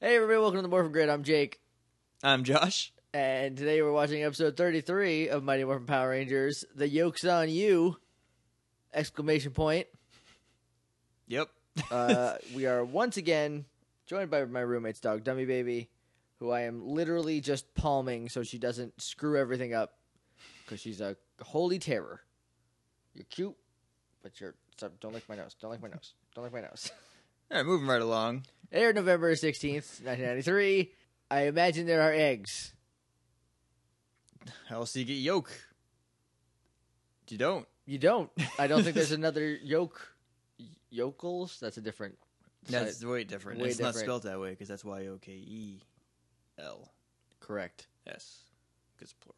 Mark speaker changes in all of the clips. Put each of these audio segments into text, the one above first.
Speaker 1: Hey everybody, welcome to the Morphin Grid. I'm Jake,
Speaker 2: I'm Josh.
Speaker 1: and today we're watching episode 33 of Mighty Morphin Power Rangers. The yoke's on you! Exclamation point.
Speaker 2: Yep.
Speaker 1: Uh, we are once again joined by my roommate's dog, Dummy Baby, who I am literally just palming so she doesn't screw everything up because she's a holy terror. You're cute, but you're stop, don't lick my nose. Don't lick my nose. Don't lick my nose.
Speaker 2: All right, moving right along.
Speaker 1: Aired November 16th, 1993. I imagine there are eggs.
Speaker 2: How else do you get yolk? You don't.
Speaker 1: You don't. I don't think there's another yoke. Yokels? That's a different.
Speaker 2: That's
Speaker 1: site.
Speaker 2: way different.
Speaker 1: way
Speaker 2: it's not
Speaker 1: different.
Speaker 2: spelled that way because that's Y O K E L
Speaker 1: correct.
Speaker 2: S because plural.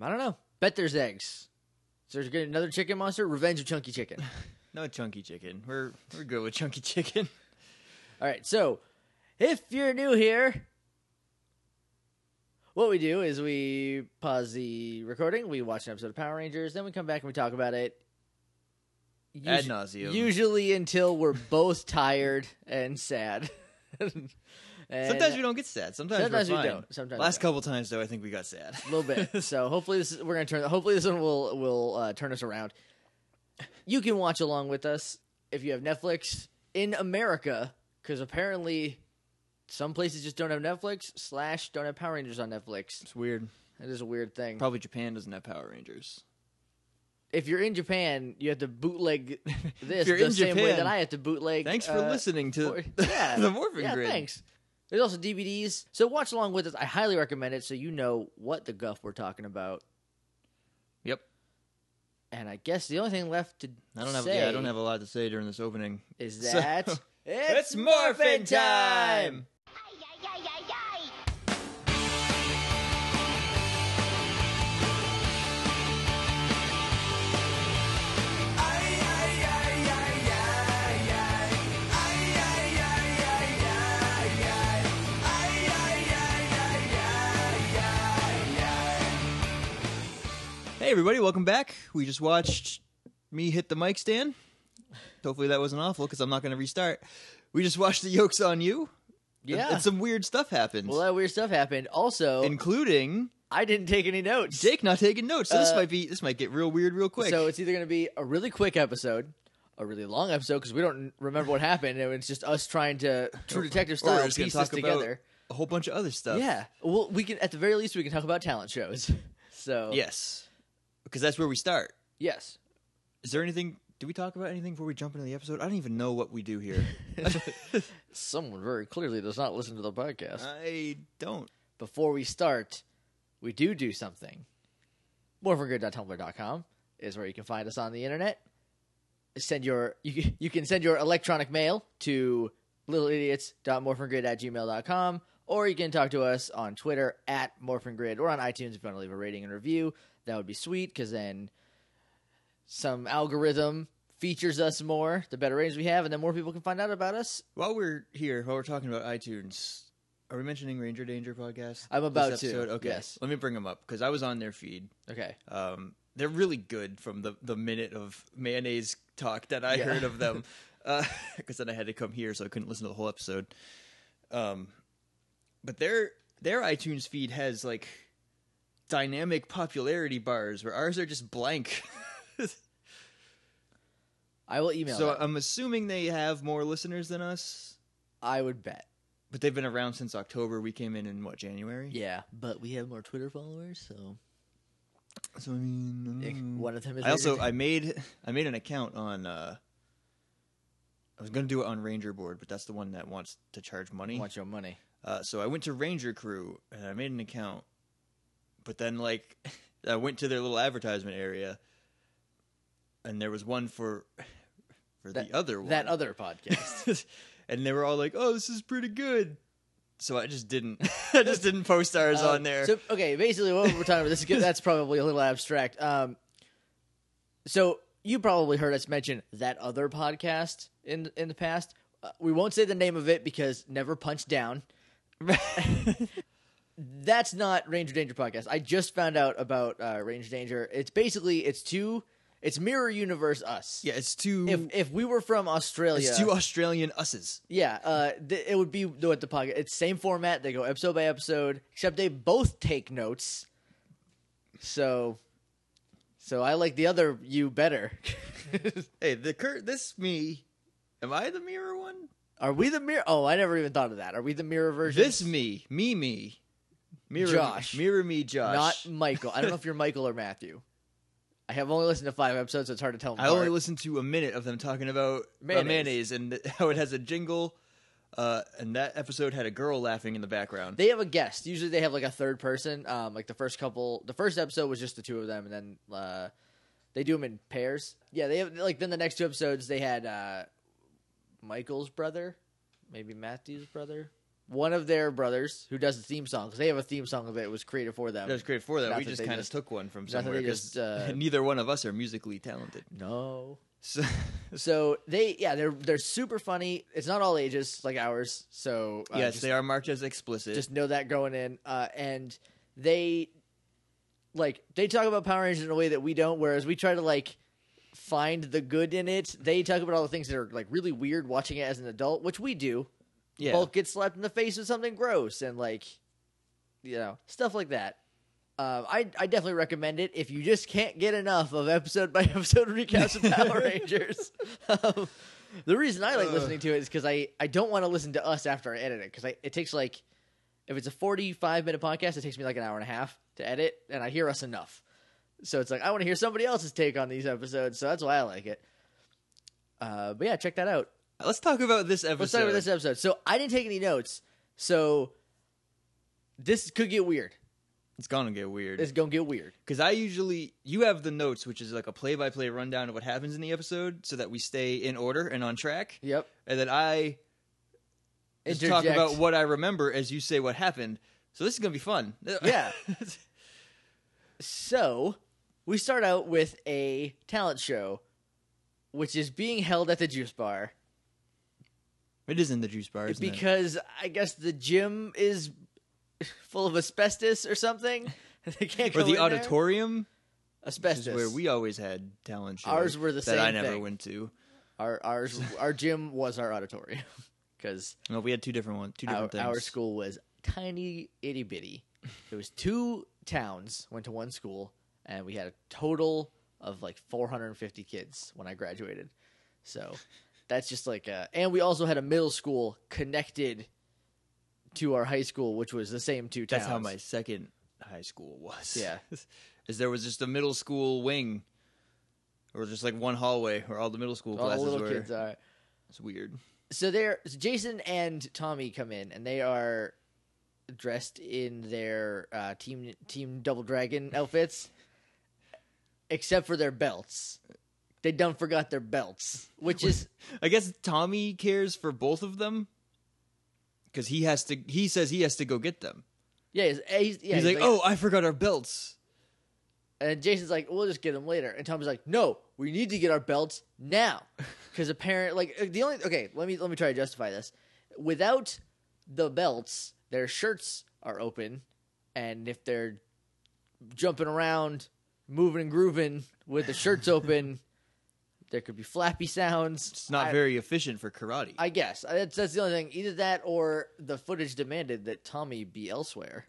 Speaker 1: I don't know. Bet there's eggs. So there's gonna another chicken monster. Revenge of Chunky Chicken.
Speaker 2: No chunky chicken. We're we're good with chunky chicken.
Speaker 1: All right. So if you're new here, what we do is we pause the recording. We watch an episode of Power Rangers. Then we come back and we talk about it.
Speaker 2: Ad
Speaker 1: Usu-
Speaker 2: nauseum.
Speaker 1: Usually until we're both tired and sad. And- uh,
Speaker 2: Sometimes we don't get sad. Sometimes,
Speaker 1: Sometimes
Speaker 2: we're
Speaker 1: we
Speaker 2: fine.
Speaker 1: don't. Sometimes we
Speaker 2: Last
Speaker 1: don't.
Speaker 2: couple times though, I think we got sad.
Speaker 1: a little bit. So hopefully this is, we're gonna turn. Hopefully this one will will uh, turn us around. You can watch along with us if you have Netflix in America, because apparently some places just don't have Netflix slash don't have Power Rangers on Netflix.
Speaker 2: it's weird.
Speaker 1: That is a weird thing.
Speaker 2: Probably Japan doesn't have Power Rangers.
Speaker 1: If you're in Japan, you have to bootleg this
Speaker 2: If you're
Speaker 1: the
Speaker 2: in
Speaker 1: same way
Speaker 2: Japan,
Speaker 1: that I have to bootleg.
Speaker 2: Thanks for
Speaker 1: uh,
Speaker 2: listening to
Speaker 1: or- yeah,
Speaker 2: the Morphin
Speaker 1: yeah,
Speaker 2: Grid.
Speaker 1: Thanks. There's also DVDs, so watch along with us. I highly recommend it, so you know what the guff we're talking about.
Speaker 2: Yep.
Speaker 1: And I guess the only thing left to
Speaker 2: I don't have.
Speaker 1: say
Speaker 2: Yeah, I don't have a lot to say during this opening.
Speaker 1: is
Speaker 2: So-
Speaker 1: that
Speaker 2: It's morphin' time.
Speaker 3: Ay, ay, ay, ay, ay.
Speaker 2: Hey everybody, welcome back. We just watched me hit the mic stand. Hopefully that wasn't awful because I'm not going to restart. We just watched the yolks on you. and-
Speaker 1: Yeah.
Speaker 2: and some weird stuff happened,
Speaker 1: Well, a lot of weird stuff happened. Also,
Speaker 2: including
Speaker 1: I didn't take any notes.
Speaker 2: Jake not taking notes. So this
Speaker 1: Uh,
Speaker 2: might be this might get real weird real quick.
Speaker 1: So it's either going to be a really quick episode, a really long episode because we don't remember what happened, and it's just us trying to True Detective
Speaker 2: Or we're
Speaker 1: style
Speaker 2: just gonna
Speaker 1: piece
Speaker 2: talk
Speaker 1: this together.
Speaker 2: about a whole bunch of other stuff.
Speaker 1: Yeah. Well, we can at the very least we can talk about talent shows. So
Speaker 2: Yes. Because that's where we start.
Speaker 1: yes.
Speaker 2: Is there anything? Do we talk about anything before we jump into the episode? I don't even know what we do here.
Speaker 1: Someone very clearly does not listen to the podcast.
Speaker 2: I don't.
Speaker 1: before we start, we do do something. Morphingood.tumblr.com is where you can find us on the internet. Send your you, can- you can send your electronic mail to littleidiots.morphingrid at gmail.com or you can talk to us on Twitter at morphingrid or on iTunes if you want to leave a rating and review. That would be sweet because then some algorithm features us more, the better ratings we have, and then more people can find out about us.
Speaker 2: While we're here, while we're talking about iTunes, are we mentioning Ranger Danger podcast?
Speaker 1: I'm
Speaker 2: this
Speaker 1: about to,
Speaker 2: episode? Okay,
Speaker 1: yes.
Speaker 2: let me bring them up because I was on their feed.
Speaker 1: Okay.
Speaker 2: Um, they're really good from the the minute of mayonnaise talk that I
Speaker 1: Yeah.
Speaker 2: heard of them, because then I had to come here, so I couldn't listen to the whole episode. Um, but their their iTunes feed has like dynamic popularity bars where ours are just blank.
Speaker 1: I will email
Speaker 2: so uh,
Speaker 1: them.
Speaker 2: I'm assuming they have more listeners than us.
Speaker 1: I would bet.
Speaker 2: But they've been around since October. We came in in what January?
Speaker 1: Yeah, but we have more Twitter followers, so
Speaker 2: So I mean, I
Speaker 1: Ick,
Speaker 2: don't know.
Speaker 1: one of them is.
Speaker 2: I also
Speaker 1: Ranger
Speaker 2: I made I made an account on. uh I was gonna do it on Ranger Board, but that's the one that wants to charge
Speaker 1: Dan.
Speaker 2: money.
Speaker 1: want your money.
Speaker 2: Uh, so I went to Ranger Crew and I made an account, but then like I went to their little advertisement area, and there was one for for
Speaker 1: That-
Speaker 2: the other one.
Speaker 1: That other podcast.
Speaker 2: and they were all like, "Oh, this is pretty good." So I just didn't. I just didn't post ours
Speaker 1: Um,
Speaker 2: on there.
Speaker 1: So okay, basically what we're talking about. This is good- that's probably a little abstract. Um, so you probably heard us mention that other podcast in in the past. Uh, we won't say the name of it because never punch down. That's not Ranger Danger podcast. I just found out about uh, Ranger Danger. It's basically it's two It's mirror universe us.
Speaker 2: Yeah, it's too
Speaker 1: If if we were from Australia,
Speaker 2: it's too Australian us's.
Speaker 1: yeah, uh, th- it would be what the podcast. It's same format. They go episode by episode, except they both take notes. So, so I like the other you better.
Speaker 2: Hey, the cur- this me, am I the mirror one?
Speaker 1: Are we the mirror? Oh, I never even thought of that. Are we the mirror version?
Speaker 2: This me, me me, mirror
Speaker 1: Josh.
Speaker 2: mirror me, Josh.
Speaker 1: not Michael. I don't know if you're Michael or Matthew. I have only listened to five episodes, so it's hard to tell. them
Speaker 2: I only
Speaker 1: apart.
Speaker 2: listened to a minute of them talking about mayonnaise,
Speaker 1: Mayonnaise.
Speaker 2: uh, mayonnaise and th- how it has a jingle. Uh, and that episode had a girl laughing in the background.
Speaker 1: they have a guest. Usually they have like a third person. Um, like the first couple, the first episode was just the two of them, and then uh, they do them in pairs. Yeah, they have like then the next two episodes they had uh, Michael's brother, maybe Matthew's brother, one of their brothers who does the theme song because they have a theme song of it. was created for them.
Speaker 2: that was great for that.
Speaker 1: Not
Speaker 2: We
Speaker 1: that
Speaker 2: just
Speaker 1: they
Speaker 2: kind of
Speaker 1: just-
Speaker 2: took one from
Speaker 1: that they
Speaker 2: somewhere because
Speaker 1: just, uh,
Speaker 2: neither one of us are musically talented.
Speaker 1: no.
Speaker 2: So,
Speaker 1: So they yeah they're they're super funny. It's not all ages like ours. So uh,
Speaker 2: yes,
Speaker 1: just
Speaker 2: they are marked as explicit.
Speaker 1: just know that going in. Uh, and they like they talk about Power Rangers in a way that we don't. Whereas we try to like find the good in it. They talk about all the things that are like really weird watching it as an adult, which we do.
Speaker 2: yeah.
Speaker 1: Bulk gets slapped in the face with something gross and like you know stuff like that. Uh, I I definitely recommend it if you just can't get enough of episode by episode recaps of Power Rangers. Um, the reason I like
Speaker 2: Ugh.
Speaker 1: listening to it is because I I don't want to listen to us after I edit it because it takes like if it's a forty five minute podcast it takes me like an hour and a half to edit and I hear us enough. So it's like I want to hear somebody else's take on these episodes, so that's why I like it. Uh, but yeah, check that out.
Speaker 2: Let's talk about this episode.
Speaker 1: Let's start with this episode. So I didn't take any notes. So this could get weird.
Speaker 2: It's gonna get weird.
Speaker 1: It's gonna get weird.
Speaker 2: because I usually you have the notes, which is like a play-by-play rundown of what happens in the episode, so that we stay in order and on track.
Speaker 1: Yep.
Speaker 2: And then I just talk
Speaker 1: Interject.
Speaker 2: about what I remember as you say what happened. So this is gonna be fun.
Speaker 1: Yeah. So we start out with a talent show, which is being held at the juice bar
Speaker 2: it is in the juice bar, isn't it?
Speaker 1: because I guess the gym is full of asbestos or something. they can't
Speaker 2: Or
Speaker 1: go
Speaker 2: the
Speaker 1: in
Speaker 2: auditorium,
Speaker 1: There.
Speaker 2: which is
Speaker 1: Asbestos.
Speaker 2: where we always had talent shows.
Speaker 1: Ours were the
Speaker 2: that
Speaker 1: same
Speaker 2: I never
Speaker 1: thing.
Speaker 2: went to.
Speaker 1: our ours our gym was our auditorium because
Speaker 2: No, we had two different ones, two
Speaker 1: our,
Speaker 2: different things.
Speaker 1: our school was tiny itty bitty. There was two towns went to one school, and we had a total of like 450 kids when I graduated. So that's just like, a, and we also had a middle school connected to our high school, which was the same two towns.
Speaker 2: That's how my second high school was.
Speaker 1: Yeah.
Speaker 2: is there was just a middle school wing, or just like one hallway where all the middle school
Speaker 1: all the
Speaker 2: classes
Speaker 1: little
Speaker 2: were.
Speaker 1: kids are.
Speaker 2: It's weird.
Speaker 1: so they're so Jason and Tommy come in and they are dressed in their uh, team team Double Dragon outfits, except for their belts. They done forgot their belts, which is
Speaker 2: I guess Tommy cares for both of them because he has to. He says he has to go get them.
Speaker 1: yeah. He's, he's, yeah,
Speaker 2: he's, like, "Oh, I forgot our belts."
Speaker 1: and Jason's like, "We'll just get them later," and Tommy's like, "No, we need to get our belts now," because apparently, like uh, the only okay, let me let me try to justify this. Without the belts, their shirts are open, and if they're jumping around, moving and grooving with the shirts open, there could be flappy sounds.
Speaker 2: It's not
Speaker 1: I-
Speaker 2: very efficient for karate.
Speaker 1: I guess Uh, that's, that's the only thing. Either that or the footage demanded that Tommy be elsewhere,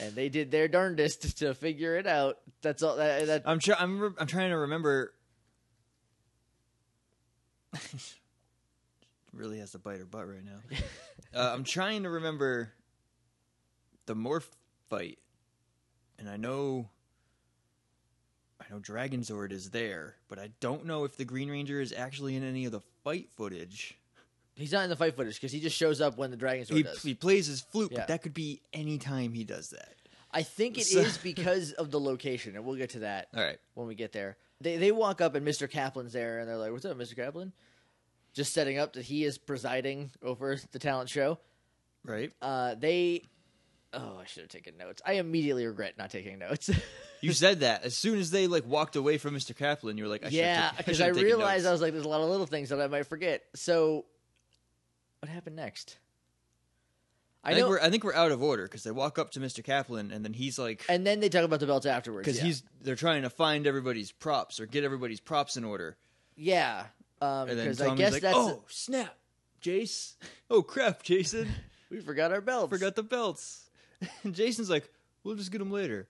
Speaker 1: and they did their darndest to figure it out. That's all. That, that
Speaker 2: I'm try- I'm re- I'm trying to remember. really has to bite her butt right now. uh, I'm trying to remember the morph fight, and I know. I know Dragon Zord is there, but I don't know if the Green Ranger is actually in any of the fight footage.
Speaker 1: He's not in the fight footage because he just shows up when the Dragon Sword
Speaker 2: He,
Speaker 1: does.
Speaker 2: he plays his flute,
Speaker 1: Yeah.
Speaker 2: but that could be any time he does that.
Speaker 1: I think it is
Speaker 2: So-
Speaker 1: because of the location, and we'll get to that
Speaker 2: All right.
Speaker 1: when we get there. They they walk up and Mr. Kaplan's there, and they're like, "What's up, Mr. Kaplan?" Just setting up that he is presiding over the talent show.
Speaker 2: Right?
Speaker 1: Uh, they, oh, I should have taken notes. I immediately regret not taking notes.
Speaker 2: You said that as soon as they like walked away from Mr. Kaplan. You were like, I
Speaker 1: yeah,
Speaker 2: should take-
Speaker 1: because
Speaker 2: should
Speaker 1: I,
Speaker 2: have taken
Speaker 1: realized I
Speaker 2: notes.
Speaker 1: was like, "There's a lot of little things that I might forget." So, what happened next?
Speaker 2: I,
Speaker 1: I
Speaker 2: think
Speaker 1: know.
Speaker 2: we're I think we're out of order because they walk up to Mr. Kaplan and then he's like
Speaker 1: And then they talk about the belts afterwards.
Speaker 2: because
Speaker 1: yeah.
Speaker 2: he's they're trying to find everybody's props or get everybody's props in order.
Speaker 1: yeah. Um,
Speaker 2: And then
Speaker 1: because
Speaker 2: Tommy's
Speaker 1: I guess
Speaker 2: like,
Speaker 1: that's
Speaker 2: "Oh snap, Jace! Oh crap, Jason!
Speaker 1: we forgot our belts.
Speaker 2: Forgot the belts." And Jason's like, "We'll just get them later."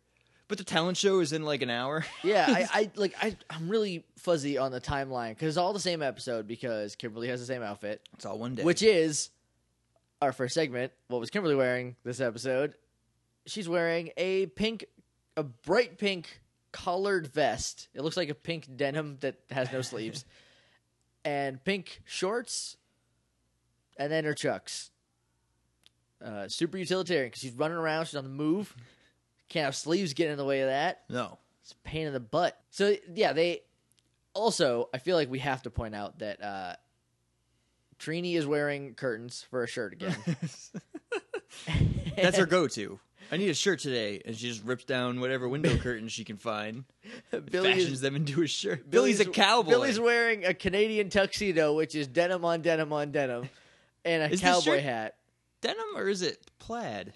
Speaker 2: But the talent show is in like an hour.
Speaker 1: yeah, I, I like I I'm really fuzzy on the timeline because it's all the same episode because Kimberly has the same outfit,
Speaker 2: It's all one day.
Speaker 1: which is our first segment. What was Kimberly wearing this episode? She's wearing a pink, a bright pink collared vest. It looks like a pink denim that has no sleeves, and pink shorts, and then her chucks. Uh, super utilitarian because she's running around. She's on the move. Can't have sleeves getting in the way of that.
Speaker 2: no,
Speaker 1: It's a pain in the butt. So yeah, they also I feel like we have to point out that uh Trini is wearing curtains for a shirt again.
Speaker 2: that's her go-to. I need a shirt today, and she just rips down whatever window curtain she can find,
Speaker 1: Billy
Speaker 2: fashions
Speaker 1: is-
Speaker 2: them into a shirt. Billy's, a cowboy.
Speaker 1: Billy's wearing a Canadian tuxedo, which is denim on denim on denim, and a
Speaker 2: Is this
Speaker 1: cowboy
Speaker 2: shirt-
Speaker 1: hat.
Speaker 2: denim or is it plaid?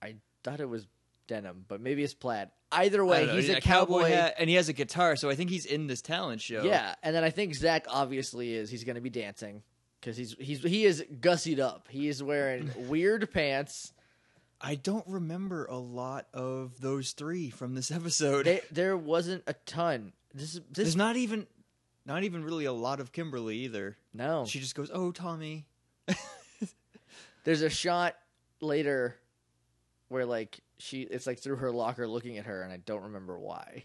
Speaker 1: I thought it was denim, but maybe it's plaid. Either way,
Speaker 2: don't know,
Speaker 1: he's
Speaker 2: yeah,
Speaker 1: a cowboy.
Speaker 2: hat, and he has a guitar, so I think he's in this talent show.
Speaker 1: Yeah, and then I think Zach obviously is. He's going to be dancing because he's he's he is gussied up. He is wearing weird pants.
Speaker 2: I don't remember a lot of those three from this episode.
Speaker 1: They, there wasn't a ton. This is this
Speaker 2: There's not even, not even really a lot of Kimberly either.
Speaker 1: no.
Speaker 2: She just goes, "Oh, Tommy."
Speaker 1: There's a shot later where like she it's like through her locker looking at her, and I don't remember why.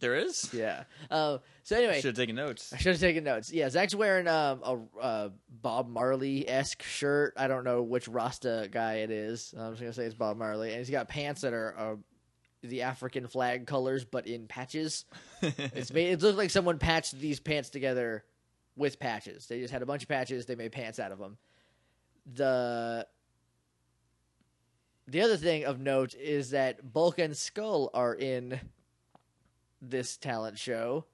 Speaker 2: There is.
Speaker 1: Yeah. Uh, so anyway,
Speaker 2: Should have taken notes.
Speaker 1: I should have taken notes. Yeah, Zach's wearing um, a uh, Bob Marley esque shirt. I don't know which Rasta guy it is. I'm just gonna say it's Bob Marley, and he's got pants that are uh, the African flag colors, but in patches. It's made. It looked like someone patched these pants together with patches. They just had a bunch of patches. They made pants out of them. The the other thing of note is that Bulk and Skull are in this talent show,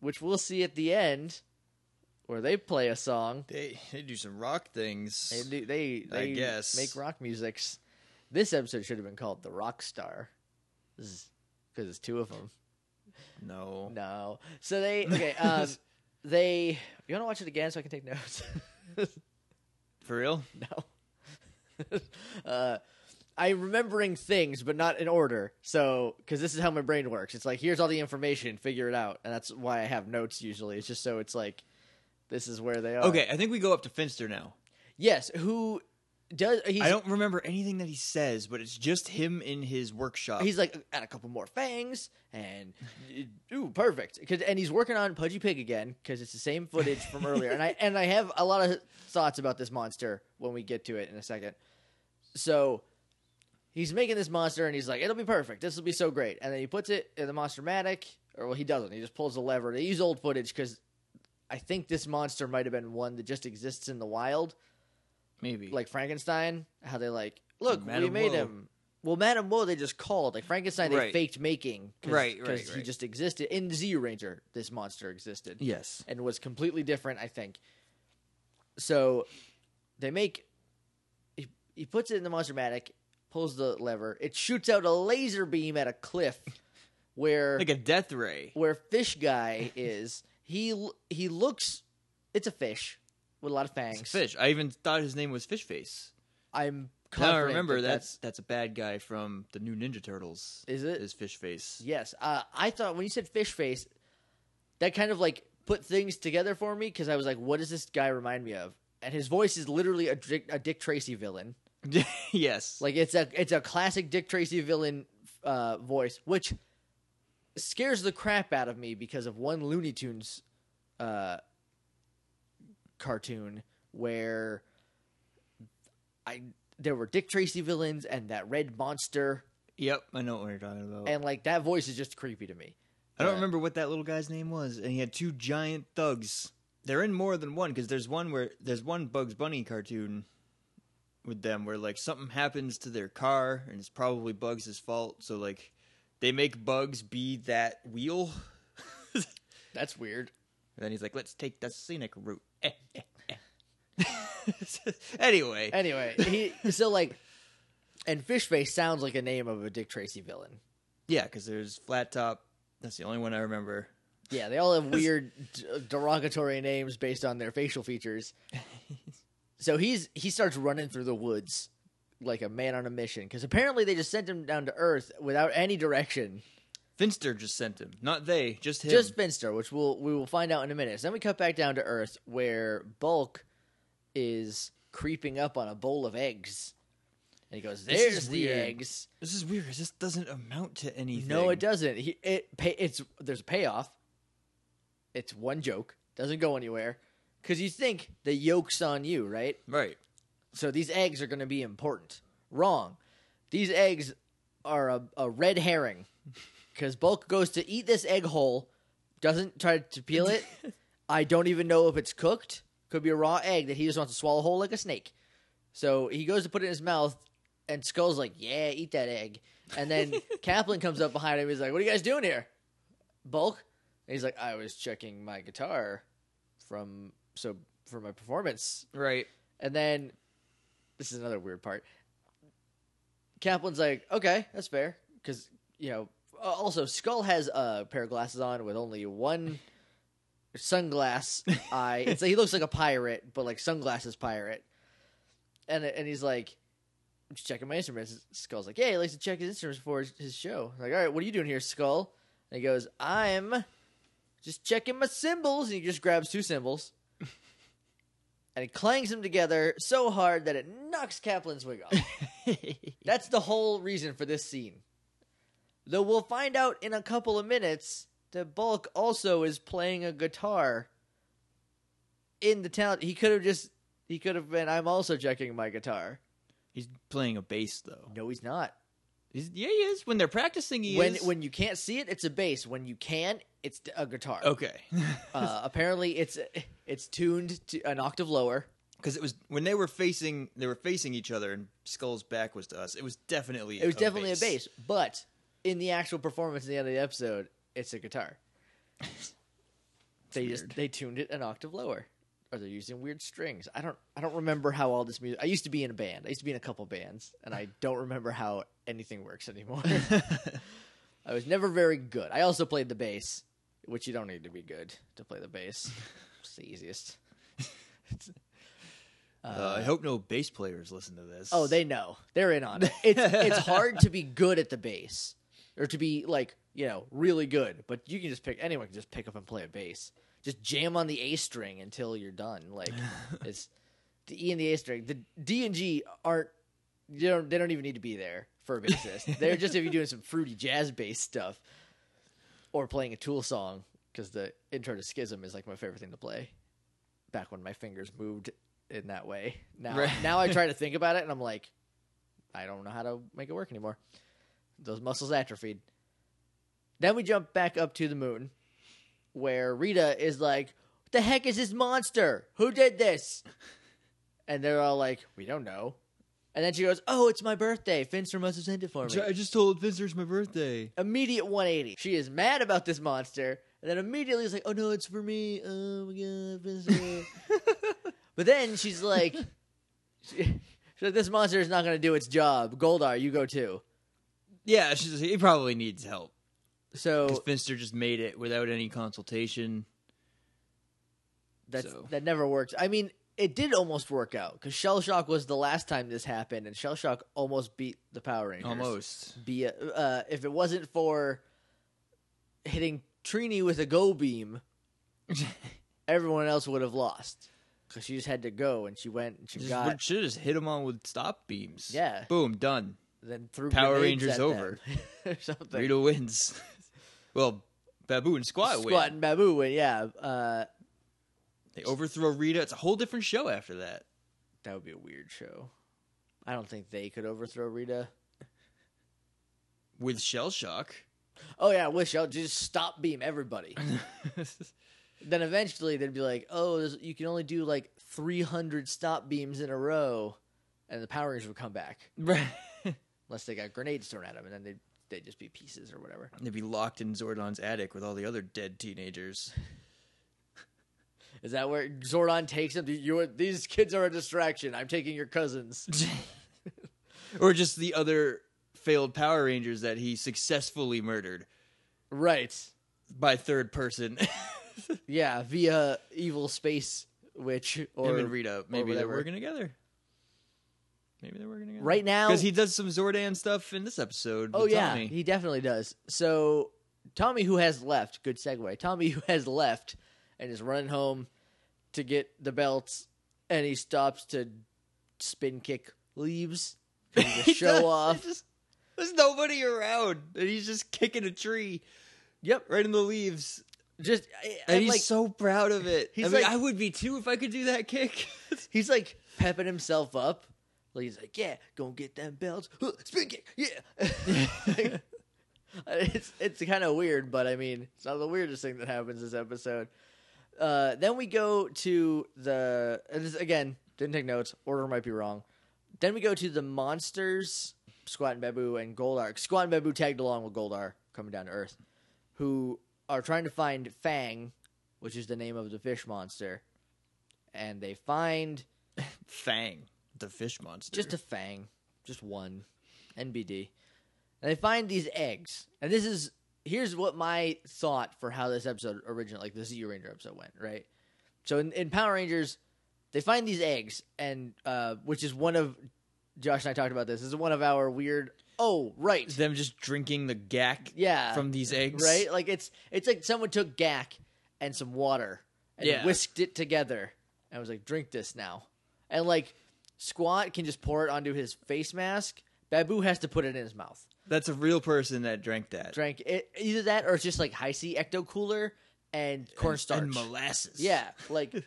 Speaker 1: which we'll see at the end, where they play a song.
Speaker 2: they they do some rock things.
Speaker 1: They do, they
Speaker 2: I
Speaker 1: they
Speaker 2: guess.
Speaker 1: make rock musics. This episode should have been called the Rock Star, because it's two of them.
Speaker 2: No.
Speaker 1: No. So they okay. Um, they you want to watch it again so I can take notes?
Speaker 2: For real?
Speaker 1: no. uh, I'm remembering things, but not in order. So because this is how my brain works. It's like here's all the information, figure it out, and that's why I have notes usually. It's just so it's like this is where they are.
Speaker 2: Okay, I think we go up to Finster now.
Speaker 1: Yes. Who does? He's,
Speaker 2: I don't remember anything that he says, but it's just him in his workshop.
Speaker 1: He's like add a couple more fangs and ooh perfect 'Cause- and he's working on Pudgy Pig again because it's the same footage from earlier and I and I have a lot of thoughts about this monster when we get to it in a second. So he's making this monster and he's like it'll be perfect this will be so great and then he puts it in the monster matic or well he doesn't he just pulls the lever they use old footage because I think this monster might have been one that just exists in the wild
Speaker 2: maybe
Speaker 1: like Frankenstein, how they like look we
Speaker 2: Madame
Speaker 1: made
Speaker 2: Woe.
Speaker 1: him. Well, Madame Woe they just called like Frankenstein. They
Speaker 2: Right.
Speaker 1: faked making
Speaker 2: Right, right,
Speaker 1: because he
Speaker 2: right.
Speaker 1: just existed in Z Ranger. This monster existed
Speaker 2: yes.
Speaker 1: and was completely different. I think. So, they make he, he puts it in the monster matic, pulls the lever, it shoots out a laser beam at a cliff where
Speaker 2: Like a death ray.
Speaker 1: where fish guy is. He l- he looks, it's a fish with a lot of fangs.
Speaker 2: It's a fish. I even thought his name was Fish Face.
Speaker 1: I'm
Speaker 2: Now
Speaker 1: confident
Speaker 2: I remember
Speaker 1: that
Speaker 2: that's that's a bad guy from the new Ninja Turtles.
Speaker 1: Is it?
Speaker 2: Is Fish Face?
Speaker 1: Yes, uh, I thought when you said fish face, that kind of like put things together for me because I was like, what does this guy remind me of? And his voice is literally a Dick, a Dick Tracy villain.
Speaker 2: yes.
Speaker 1: Like it's a it's a classic Dick Tracy villain uh, voice, which scares the crap out of me because of one Looney Tunes uh, cartoon where I there were Dick Tracy villains and that red monster,
Speaker 2: yep. I know what you're talking about.
Speaker 1: and like that voice is just creepy to me.
Speaker 2: I don't remember what that little guy's name was, and he had two giant thugs. They're in more than one because there's one where there's one Bugs Bunny cartoon with them where like something happens to their car and it's probably Bugs' fault. So like they make Bugs be that wheel. and
Speaker 1: That's weird.
Speaker 2: then he's like, "Let's take the scenic route." Eh, eh, eh. anyway,
Speaker 1: Anyway, he so like, and Fishface sounds like a name of a Dick Tracy villain.
Speaker 2: yeah, because there's Flat Top. That's the only one I remember.
Speaker 1: Yeah, they all have weird d- uh, derogatory names based on their facial features. So he's he starts running through the woods like a man on a mission because apparently they just sent him down to Earth without any direction.
Speaker 2: Finster just sent him, not they, just him.
Speaker 1: Just Finster, which we'll we will find out in a minute. So then we cut back down to Earth where Bulk is creeping up on a bowl of eggs, and he goes,
Speaker 2: This is
Speaker 1: "There's the
Speaker 2: weird.
Speaker 1: eggs."
Speaker 2: this is weird. 'cause This doesn't amount to anything.
Speaker 1: No, it doesn't. He, it pay, it's there's a payoff. It's one joke, doesn't go anywhere, because you think the yolk's on you, right?
Speaker 2: Right.
Speaker 1: So these eggs are going to be important. Wrong. These eggs are a, a red herring, because Bulk goes to eat this egg whole, doesn't try to peel it. I don't even know if it's cooked. Could be a raw egg that he just wants to swallow whole like a snake. So he goes to put it in his mouth, and Skull's like, "Yeah, eat that egg." And then Kaplan comes up behind him. He's like, "What are you guys doing here?" Bulk. And he's like, "I was checking my guitar from so for my performance."
Speaker 2: Right.
Speaker 1: And then this is another weird part. Kaplan's like, "Okay, that's fair," because you know. uh, Also, Skull has a pair of glasses on with only one sunglass eye. It's like he looks like a pirate, but like sunglasses pirate. And and he's like, "I'm just checking my instruments." Skull's like, "Yeah, he likes to check his instruments before his, his show." I'm like, all right, what are you doing here, Skull? And he goes, "I'm just checking my cymbals," and he just grabs two cymbals and he clangs them together so hard that it knocks Kaplan's wig off. That's the whole reason for this scene. Though we'll find out in a couple of minutes that Bulk also is playing a guitar in the talent. He could have just he could have been I'm also checking my guitar.
Speaker 2: He's playing a bass though.
Speaker 1: No, he's not.
Speaker 2: He's, yeah, he is. When they're practicing, he
Speaker 1: when
Speaker 2: is.
Speaker 1: when you can't see it, it's a bass. When you can, it's a guitar.
Speaker 2: okay,
Speaker 1: Uh, apparently it's it's tuned to an octave lower.
Speaker 2: because it was when they were facing they were facing each other and Skull's back was to us. It was definitely
Speaker 1: It was
Speaker 2: a
Speaker 1: definitely a bass, but in the actual performance at the end of the episode, it's a guitar. they just they tuned it an octave lower, or they're using weird strings. I don't I don't remember how all this music. I used to be in a band. I used to be in a couple bands, and I don't remember how anything works anymore. I was never very good. I also played the bass, which you don't need to be good to play the bass. It's the easiest.
Speaker 2: Uh, I hope no bass players listen to this.
Speaker 1: Oh, they know. They're in on it. It's it's hard to be good at the bass or to be like, you know, really good, but you can just pick anyone can just pick up and play a bass. Just jam on the A string until you're done. Like it's the E and the A string. The D and G aren't they don't, they don't even need to be there for a bassist. They're just if you're doing some fruity jazz bass stuff or playing a Tool song because the intro to Schism is like my favorite thing to play. Back when my fingers moved in that way. Now,
Speaker 2: Right.
Speaker 1: now I try to think about it and I'm like, I don't know how to make it work anymore. Those muscles atrophied. Then we jump back up to the moon, where Rita is like, "What the heck is this monster? Who did this?" And they're all like, "We don't know." And then she goes, "Oh, it's my birthday. Finster must have sent it for me."
Speaker 2: I just told visitors my birthday.
Speaker 1: immediate 180. She is mad about this monster, and then immediately is like, "Oh no, it's for me!" Oh my god, it's for me." but then she's like, she, she's like, "This monster is not going to do its job. Goldar, you go too."
Speaker 2: Yeah, she's, he probably needs help.
Speaker 1: So Oh.
Speaker 2: Because Finster just made it without any consultation.
Speaker 1: that's
Speaker 2: so-
Speaker 1: that never works. I mean, it did almost work out because Shell Shock was the last time this happened, and Shell Shock almost beat the Power Rangers.
Speaker 2: Almost.
Speaker 1: be a, uh, if it wasn't for hitting Trini with a go beam, everyone else would have lost because she just had to go and she went and she
Speaker 2: Just,
Speaker 1: got
Speaker 2: should have just hit him on with stop beams.
Speaker 1: Yeah.
Speaker 2: Boom, done.
Speaker 1: then threw
Speaker 2: Power
Speaker 1: grenades
Speaker 2: Rangers
Speaker 1: at
Speaker 2: over.
Speaker 1: them or something.
Speaker 2: Rita wins. well, Babu and Squat,
Speaker 1: Squat
Speaker 2: win.
Speaker 1: and Babu win. Yeah, uh,
Speaker 2: They overthrow Rita. It's a whole different show after that.
Speaker 1: that would be a weird show. I don't think they could overthrow Rita.
Speaker 2: With Shell Shock.
Speaker 1: Oh yeah, I wish I'll just stop beam everybody. then eventually they'd be like, "Oh, there's- you can only do like 300 stop beams in a row," and the Power Rangers would come back
Speaker 2: Right.
Speaker 1: unless they got grenades thrown at them, and then they they'd just be pieces or whatever.
Speaker 2: They'd be locked in Zordon's attic with all the other dead teenagers.
Speaker 1: Is that where Zordon takes him? You, these kids are a distraction. I'm taking your cousins.
Speaker 2: or just the other failed Power Rangers that he successfully murdered
Speaker 1: right.
Speaker 2: by third person.
Speaker 1: Yeah, via evil space witch or
Speaker 2: Him and Rita, maybe they're
Speaker 1: whatever.
Speaker 2: working together. Maybe they're working together
Speaker 1: Right now-
Speaker 2: because he does some Zordan stuff in this episode.
Speaker 1: Oh
Speaker 2: with
Speaker 1: yeah,
Speaker 2: Tommy.
Speaker 1: he definitely does. So Tommy, who has left, good segue. Tommy, who has left, and is running home to get the belts, and he stops to spin kick leaves, to
Speaker 2: He
Speaker 1: show
Speaker 2: does.
Speaker 1: off.
Speaker 2: It's just- there's nobody around, and he's just kicking a tree.
Speaker 1: Yep.
Speaker 2: right in the leaves,
Speaker 1: Just
Speaker 2: and
Speaker 1: and
Speaker 2: he's
Speaker 1: like
Speaker 2: so proud of it.
Speaker 1: He's
Speaker 2: I mean,
Speaker 1: like-
Speaker 2: I would be too if I could do that kick.
Speaker 1: he's like pepping himself up. Like he's like, yeah, gonna get them belts, Huh, spin kick, yeah. Like, it's it's kind of weird, but I mean, it's not the weirdest thing that happens this episode. Uh, then we go to the and this, again didn't take notes. Order might be wrong. Then we go to the monsters, Squat and Babu and Goldar. Squat and Babu tagged along with Goldar coming down to Earth, who are trying to find Fang, which is the name of the fish monster, and they find
Speaker 2: Fang, the fish monster.
Speaker 1: just a fang, just one, NBD. And they find these eggs, and this is here's what my thought for how this episode originally, like the Zeo Ranger episode, went. Right. So in, in Power Rangers, they find these eggs, and uh, which is one of Josh and I talked about this. This is one of our weird. Oh right,
Speaker 2: them just drinking the gack
Speaker 1: yeah,
Speaker 2: from these eggs.
Speaker 1: right. Like it's it's like someone took gack and some water and
Speaker 2: Yeah.
Speaker 1: whisked it together, and was like, "Drink this now." And like Squat can just pour it onto his face mask. Babu has to put it in his mouth.
Speaker 2: That's a real person that drank that.
Speaker 1: Drank it either that or it's just like high C ecto cooler and cornstarch.
Speaker 2: And molasses.
Speaker 1: yeah, like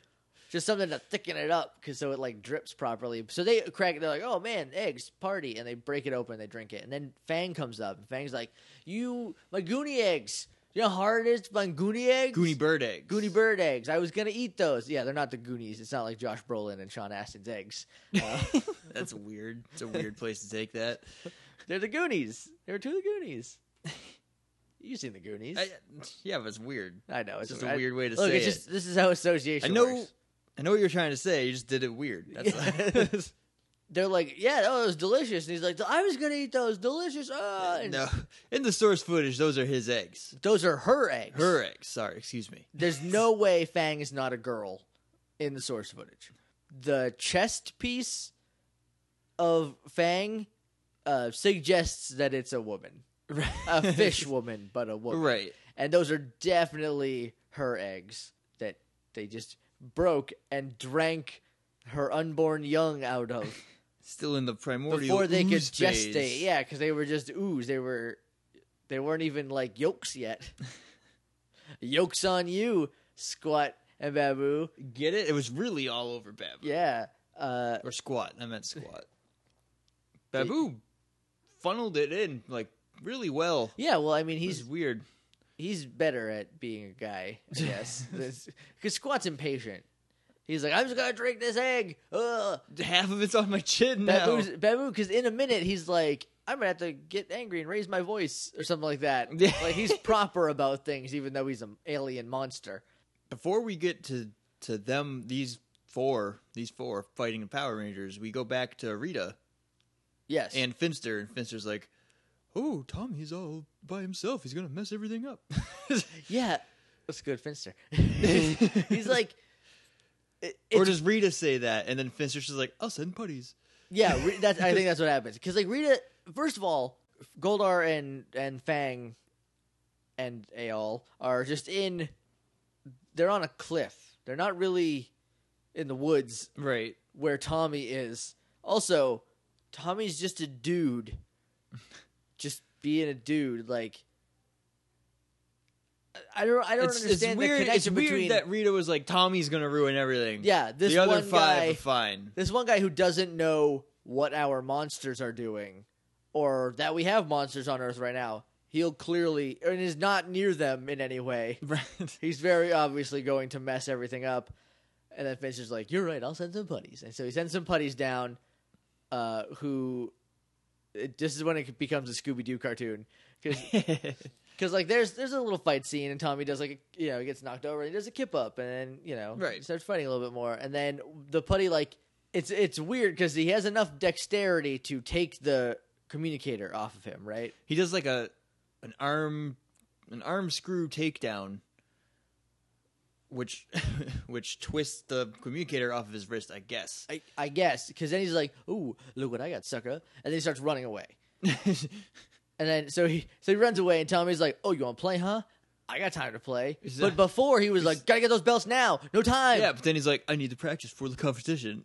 Speaker 1: just something to thicken it up because so it like drips properly. So they crack. it. They're like, "Oh man, eggs party!" And they break it open. They drink it, and then Fang comes up. And Fang's like, "You my goonie eggs. You know how hard it is to find goonie eggs.
Speaker 2: Goonie bird eggs.
Speaker 1: Goonie bird eggs. I was gonna eat those. Yeah, they're not the Goonies. It's not like Josh Brolin and Sean Astin's eggs. Uh,
Speaker 2: That's weird. It's a weird place to take that.
Speaker 1: They're the Goonies. They're two of the Goonies. You've seen the Goonies.
Speaker 2: I, yeah, but it's weird.
Speaker 1: I, know.
Speaker 2: It's
Speaker 1: It's,
Speaker 2: just
Speaker 1: a
Speaker 2: a weird way to
Speaker 1: look.
Speaker 2: say
Speaker 1: it's
Speaker 2: it.
Speaker 1: just this is how association.
Speaker 2: I know.
Speaker 1: Works.
Speaker 2: I know what you're trying to say. You just did it weird. That's
Speaker 1: They're like, yeah, oh, it was delicious. And he's like, I was gonna eat those, delicious. Ah. And
Speaker 2: no. In the source footage, those are his eggs.
Speaker 1: those are her eggs.
Speaker 2: Her eggs. Sorry, excuse me.
Speaker 1: There's no way Fang is not a girl in the source footage. The chest piece of Fang uh, suggests that it's a woman, a fish woman, but a woman.
Speaker 2: Right.
Speaker 1: And those are definitely her eggs that they just broke and drank her unborn young out of.
Speaker 2: Still in the primordial
Speaker 1: before they could
Speaker 2: ooze
Speaker 1: gestate.
Speaker 2: phase.
Speaker 1: Yeah, because they were just ooze. They were, they weren't even like yolks yet. yolks on you, Squat and Babu.
Speaker 2: Get it? It was really all over Babu.
Speaker 1: Yeah, uh,
Speaker 2: Or squat. I meant squat. Babu funneled it in like really well.
Speaker 1: yeah. Well, I mean,
Speaker 2: He's
Speaker 1: he's
Speaker 2: weird.
Speaker 1: he's better at being a guy, I guess. Because Squat's impatient. He's like, I'm just gonna drink this egg. Ugh.
Speaker 2: Half of it's on my chin now.
Speaker 1: Babu's, Babu, because in a minute he's like, I'm gonna have to get angry and raise my voice or something like that.
Speaker 2: Yeah.
Speaker 1: like he's proper about things, even though he's an alien monster.
Speaker 2: Before we get to to them, these four, these four fighting the Power Rangers, we go back to Rita
Speaker 1: Yes,
Speaker 2: and Finster, and Finster's like, "Oh, Tommy's all by himself. He's gonna mess everything up."
Speaker 1: Yeah, that's good, Finster. He's like, it,
Speaker 2: or
Speaker 1: it's-
Speaker 2: does Rita say that? And then Finster's just like, "I'll send putties."
Speaker 1: yeah. Re- that's I think that's what happens because like Rita. First of all, Goldar and and Fang and Aol are just in. They're on a cliff. They're not really in the woods
Speaker 2: Right.
Speaker 1: where Tommy is. Also, Tommy's just a dude. just being a dude, like. I- I don't. I don't
Speaker 2: It's, it's
Speaker 1: understand the
Speaker 2: weird. It's
Speaker 1: connection
Speaker 2: weird
Speaker 1: between
Speaker 2: that Rita was like, "Tommy's gonna ruin everything."
Speaker 1: Yeah, this
Speaker 2: the other
Speaker 1: one
Speaker 2: five
Speaker 1: guy,
Speaker 2: are fine.
Speaker 1: this one guy who doesn't know what our monsters are doing, or that we have monsters on Earth right now. He'll clearly and is not near them in any way.
Speaker 2: Right.
Speaker 1: He's very obviously going to mess everything up. And then Finch is like, "You're right. I'll send some putties." And so he sends some putties down. Uh, who? It, this is when it becomes a Scooby Doo cartoon because Because like there's there's a little fight scene and Tommy does like a, you know he gets knocked over and he does a kip up and then you know
Speaker 2: Right.
Speaker 1: he starts fighting a little bit more and then the putty like it's it's weird because he has enough dexterity to take the communicator off of him right
Speaker 2: He does like a an arm an arm screw takedown, which which twists the communicator off of his wrist. I guess.
Speaker 1: I I guess because then he's like ooh look what I got sucker and then he starts running away and then so he so he runs away and Tommy's like oh you want to play huh I got time to play
Speaker 2: Is
Speaker 1: but
Speaker 2: that-
Speaker 1: before he was like gotta get those belts now no time
Speaker 2: yeah, but then he's like, I need to practice for the competition.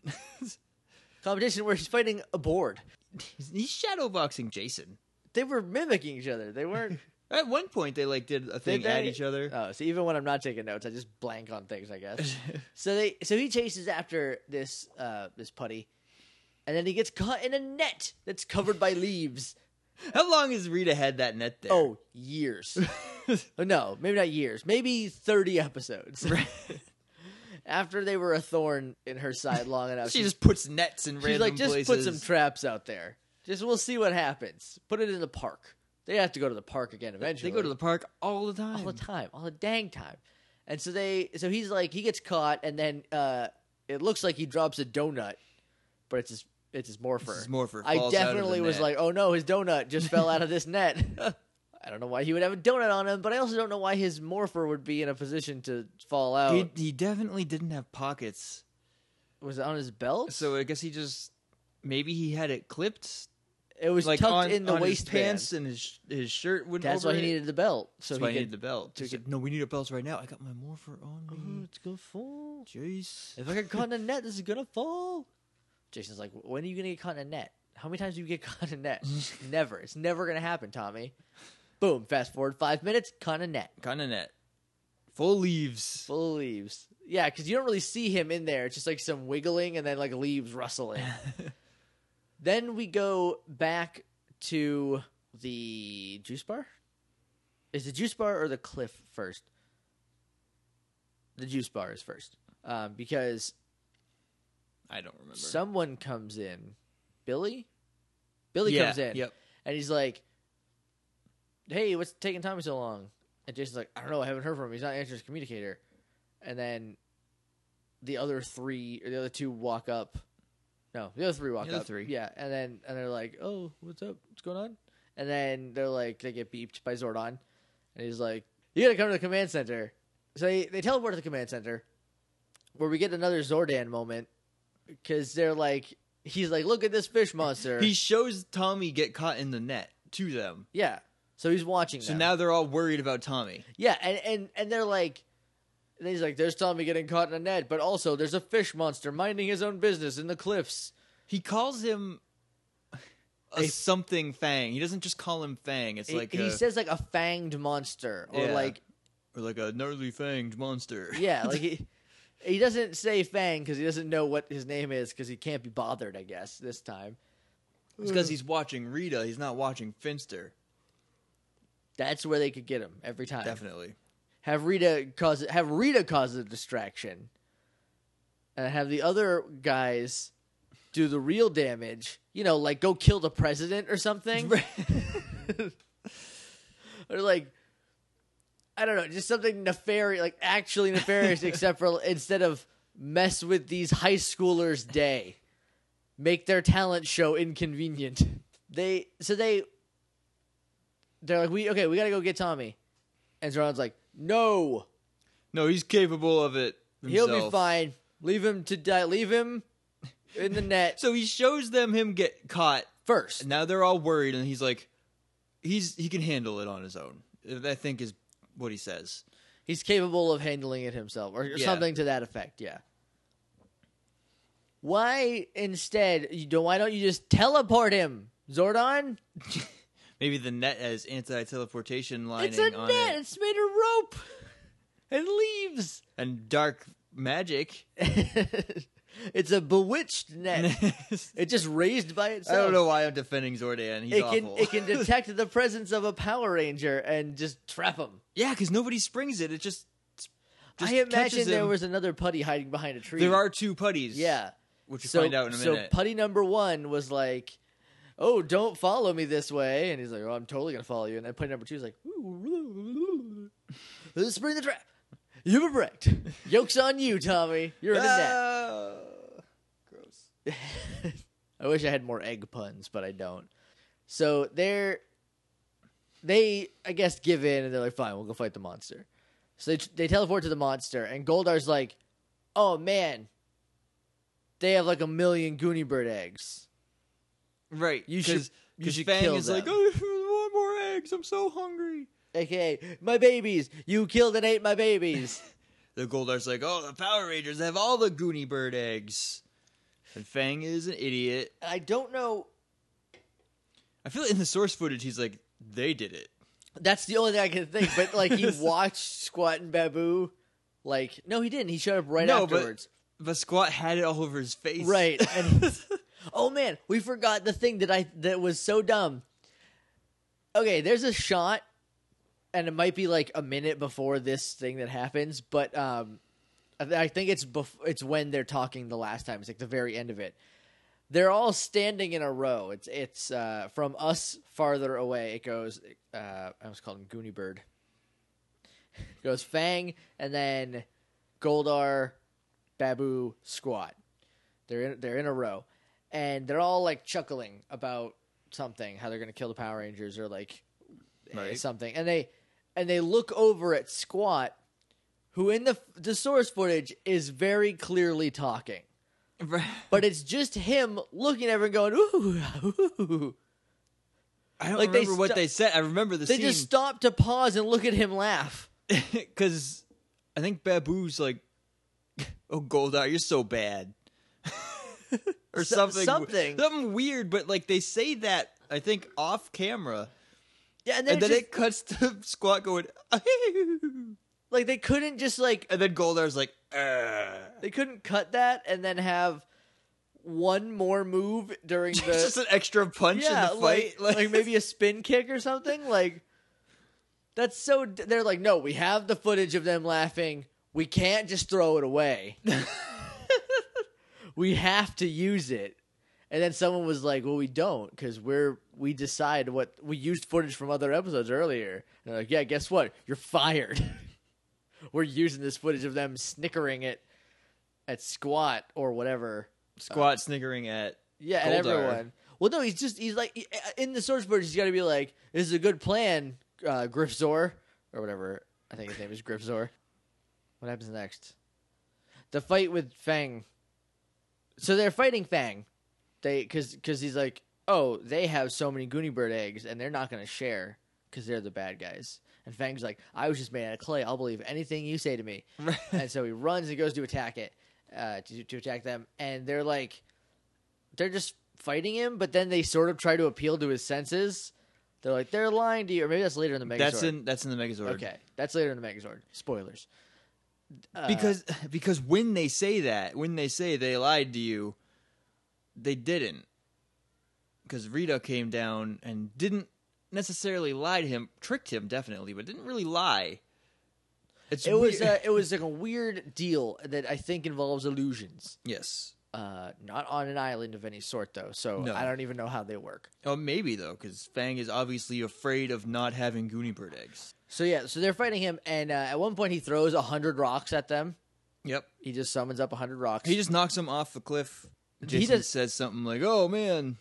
Speaker 1: competition where he's fighting a board
Speaker 2: he's, he's shadow boxing Jason.
Speaker 1: they were mimicking each other they weren't.
Speaker 2: At one point, they like did a thing
Speaker 1: Did
Speaker 2: at
Speaker 1: they?
Speaker 2: each other.
Speaker 1: Oh, so even when I'm not taking notes, I just blank on things, I guess. so they, so he chases after this, uh, this putty, and then he gets caught in a net that's covered by leaves.
Speaker 2: How long has Rita had that net there?
Speaker 1: Oh, years. Oh, no, maybe not years. Maybe 30 episodes. after they were a thorn in her side long enough,
Speaker 2: she
Speaker 1: she's,
Speaker 2: just puts nets in
Speaker 1: she's
Speaker 2: random
Speaker 1: like, just put
Speaker 2: places."
Speaker 1: some traps out there. Just we'll see what happens. Put it in the park. They have to go to the park again eventually.
Speaker 2: They go to the park all the time.
Speaker 1: all the time, all the dang time. And so they, so he's like, he gets caught, and then uh, it looks like he drops a donut, but it's his, it's his morpher.
Speaker 2: His morpher falls out
Speaker 1: I
Speaker 2: of the
Speaker 1: definitely was
Speaker 2: net.
Speaker 1: like, oh no, his donut just fell out of this net. I don't know why he would have a donut on him, but I also don't know why his morpher would be in a position to fall out.
Speaker 2: He, he definitely didn't have pockets,
Speaker 1: was it on his belt?
Speaker 2: so I guess he just maybe he had it clipped,
Speaker 1: it was
Speaker 2: like
Speaker 1: tucked
Speaker 2: on,
Speaker 1: in the
Speaker 2: on his
Speaker 1: waistband.
Speaker 2: pants, and his his shirt wouldn't.
Speaker 1: That's
Speaker 2: over
Speaker 1: why he
Speaker 2: it.
Speaker 1: needed the belt. So
Speaker 2: That's
Speaker 1: he
Speaker 2: why
Speaker 1: could,
Speaker 2: he needed the belt.
Speaker 1: to
Speaker 2: He said, no, we need our belts right now. I got my morpher on
Speaker 1: "Oh,
Speaker 2: me.
Speaker 1: it's gonna fall.
Speaker 2: Jeez.
Speaker 1: If I get caught in a net, this is gonna fall. Jason's like, when are you gonna get caught in a net? How many times do you get caught in a net? never. It's never gonna happen, Tommy. Boom. Fast forward five minutes, caught in a net.
Speaker 2: Kind of net, full leaves.
Speaker 1: Full of leaves. Yeah, because you don't really see him in there. It's just like some wiggling and then like leaves rustling. then we go back to the juice bar. Is the juice bar or the cliff first? The juice bar is first. Um, because
Speaker 2: I don't remember.
Speaker 1: someone comes in. Billy? Billy
Speaker 2: Yeah,
Speaker 1: comes in.
Speaker 2: Yep.
Speaker 1: And he's like, Hey, what's taking Tommy so long? And Jason's like, I don't know, I haven't heard from him. He's not answering his communicator. And then the other three or the other two walk up. No, the other three walk
Speaker 2: The other
Speaker 1: up.
Speaker 2: three.
Speaker 1: Yeah. And then and they're like, Oh, what's up? What's going on? And then they're like they get beeped by Zordon. And he's like, You gotta come to the command center. So they, they teleport to the command center where we get another Zordan moment because they're like, he's like, look at this fish monster.
Speaker 2: He shows Tommy get caught in the net to them.
Speaker 1: yeah. So he's watching.
Speaker 2: So
Speaker 1: them.
Speaker 2: now they're all worried about Tommy.
Speaker 1: yeah, and and and they're like, and he's like, there's Tommy getting caught in a net, but also there's a fish monster minding his own business in the cliffs.
Speaker 2: He calls him a,
Speaker 1: A-
Speaker 2: something Fang. He doesn't just call him Fang. It's
Speaker 1: He-
Speaker 2: like
Speaker 1: he,
Speaker 2: a,
Speaker 1: says like a fanged monster or
Speaker 2: Yeah.
Speaker 1: like
Speaker 2: or like a gnarly fanged monster.
Speaker 1: yeah, like he. He doesn't say Fang because he doesn't know what his name is because he can't be bothered, I guess, this time.
Speaker 2: it's because he's watching Rita. He's not watching Finster.
Speaker 1: That's where they could get him every time.
Speaker 2: Definitely.
Speaker 1: have Rita cause have Rita cause the distraction, and have the other guys do the real damage. You know, like go kill the president or something, or like I don't know, just something nefarious, like actually nefarious, except for instead of mess with these high schoolers' day, make their talent show inconvenient. They so they they're like we okay, we gotta go get Tommy. And Zeron's like, no,
Speaker 2: No, he's capable of it.
Speaker 1: he'll be
Speaker 2: himself.
Speaker 1: fine. Leave him to die. Leave him in the net
Speaker 2: So he shows them him get caught.
Speaker 1: first.
Speaker 2: Now they're all worried, and he's like, he's he can handle it on his own. I think is what he says.
Speaker 1: He's capable of handling it himself, or
Speaker 2: Yeah.
Speaker 1: something to that effect. Yeah. Why instead? You don't, why don't you just teleport him, Zordon?
Speaker 2: Maybe the net has anti-teleportation lining
Speaker 1: It's a
Speaker 2: on
Speaker 1: net.
Speaker 2: it
Speaker 1: It's made of rope and leaves.
Speaker 2: and dark magic.
Speaker 1: it's a bewitched net.
Speaker 2: I
Speaker 1: it just raised by itself.
Speaker 2: don't know why I'm defending Zordan. He's
Speaker 1: It can
Speaker 2: awful.
Speaker 1: it can detect the presence of a Power Ranger and just trap him.
Speaker 2: yeah, because nobody springs it. It just. just
Speaker 1: I
Speaker 2: catches
Speaker 1: imagine there
Speaker 2: him.
Speaker 1: was another putty hiding behind a tree.
Speaker 2: There are two putties.
Speaker 1: yeah.
Speaker 2: which you
Speaker 1: so
Speaker 2: find out in a
Speaker 1: so
Speaker 2: minute.
Speaker 1: putty number one was like, "Oh, don't follow me this way," and he's like, "Oh, I'm totally gonna follow you." And then play number two is like, "Let's spring the trap." You were wrecked. Yoke's on you, Tommy. You're in a net.
Speaker 2: Ah, gross.
Speaker 1: I wish I had more egg puns, but I don't. So they're they I guess give in and they're like, fine, we'll go fight the monster. So they they teleport to the monster and Goldar's like, oh man, they have like a million Goonie bird eggs.
Speaker 2: Right.
Speaker 1: You should-
Speaker 2: Cause,
Speaker 1: you
Speaker 2: 'cause
Speaker 1: should
Speaker 2: Fang
Speaker 1: kill
Speaker 2: is like,
Speaker 1: them.
Speaker 2: oh, I want more eggs. I'm so hungry.
Speaker 1: AKA my babies. You killed and ate my babies.
Speaker 2: The Goldar's like, oh, the Power Rangers have all the Goonie Bird eggs. And Fang is an idiot.
Speaker 1: And I don't know.
Speaker 2: I feel in the source footage, he's like, they did it.
Speaker 1: That's the only thing I can think. But like he watched Squat and Babu. Like no, he didn't. He showed up right
Speaker 2: No, but-
Speaker 1: afterwards.
Speaker 2: But Squat had it all over his face.
Speaker 1: Right, and- Oh man, we forgot the thing that I that was so dumb. Okay, there's a shot, and it might be like a minute before this thing that happens, but um, I, th- I think it's bef- it's when they're talking the last time. It's like the very end of it. They're all standing in a row. It's it's uh, from us farther away. It goes. Uh, I was calling him Goonie Bird. It goes Fang, and then Goldar, Babu, Squat. They're in, they're in a row, and they're all like chuckling about something, how they're gonna kill the Power Rangers or like eh,
Speaker 2: Right.
Speaker 1: something, and they and they look over at Squat, who in the f- the source footage is very clearly talking,
Speaker 2: Right.
Speaker 1: but it's just him looking at everyone going ooh. ooh.
Speaker 2: I don't
Speaker 1: Like, they
Speaker 2: remember what
Speaker 1: stu-
Speaker 2: they said. I remember the
Speaker 1: They
Speaker 2: scene.
Speaker 1: just stop to pause and look at him laugh.
Speaker 2: Because I think Babu's like, "Oh Goldar, you're so bad," or
Speaker 1: So-
Speaker 2: something,
Speaker 1: something.
Speaker 2: something weird. But like they say that I think off camera,
Speaker 1: Yeah, and then,
Speaker 2: and then
Speaker 1: it's just-
Speaker 2: it cuts to Squat going, and
Speaker 1: like they couldn't just like
Speaker 2: then Goldar's like, "Ugh."
Speaker 1: they couldn't cut that and then have one more move during the
Speaker 2: just an extra punch
Speaker 1: yeah,
Speaker 2: in the fight,
Speaker 1: Like, like maybe a spin kick or something. Like that's so. d- They're like, no, we have the footage of them laughing. We can't just throw it away. we have to use it. And then someone was like, "Well, we don't because we're we decide what we used footage from other episodes earlier." And they're like, "Yeah, guess what? You're fired. we're using this footage of them snickering at at squat or whatever."
Speaker 2: Squat sniggering at
Speaker 1: Yeah, and
Speaker 2: Goldar.
Speaker 1: everyone. Well, no, he's just he's like uh, in the source footage. He's got to be like, "This is a good plan, uh, Grifzor, or whatever." I think his name is Grifzor. What happens next? The fight with Fang. So they're fighting Fang. They because because he's like, "Oh, they have so many Goonie Bird eggs, and they're not going to share because they're the bad guys." And Fang's like, "I was just made out of clay. I'll believe anything you say to me." and so he runs and goes to attack it, uh, to to attack them, and they're like they're just fighting him, but then they sort of try to appeal to his senses. They're like, they're lying to you, or maybe that's later in the Megazord.
Speaker 2: that's in that's in the Megazord.
Speaker 1: okay, that's later in the Megazord. Spoilers. Uh,
Speaker 2: because because when they say that, when they say they lied to you, they didn't. Because Rita came down and didn't necessarily lie to him, tricked him definitely, but didn't really lie. It's
Speaker 1: it was
Speaker 2: weird.
Speaker 1: uh, it was like a weird deal that I think involves illusions.
Speaker 2: yes.
Speaker 1: Uh, not on an island of any sort though, so
Speaker 2: No.
Speaker 1: I don't even know how they work.
Speaker 2: Oh, maybe though, because Fang is obviously afraid of not having Goonie bird eggs.
Speaker 1: So yeah, so they're fighting him, and uh, at one point he throws a hundred rocks at them.
Speaker 2: Yep.
Speaker 1: He just summons up a hundred rocks.
Speaker 2: He just knocks him off the cliff.
Speaker 1: He
Speaker 2: Jason
Speaker 1: does-
Speaker 2: says something like, "Oh man,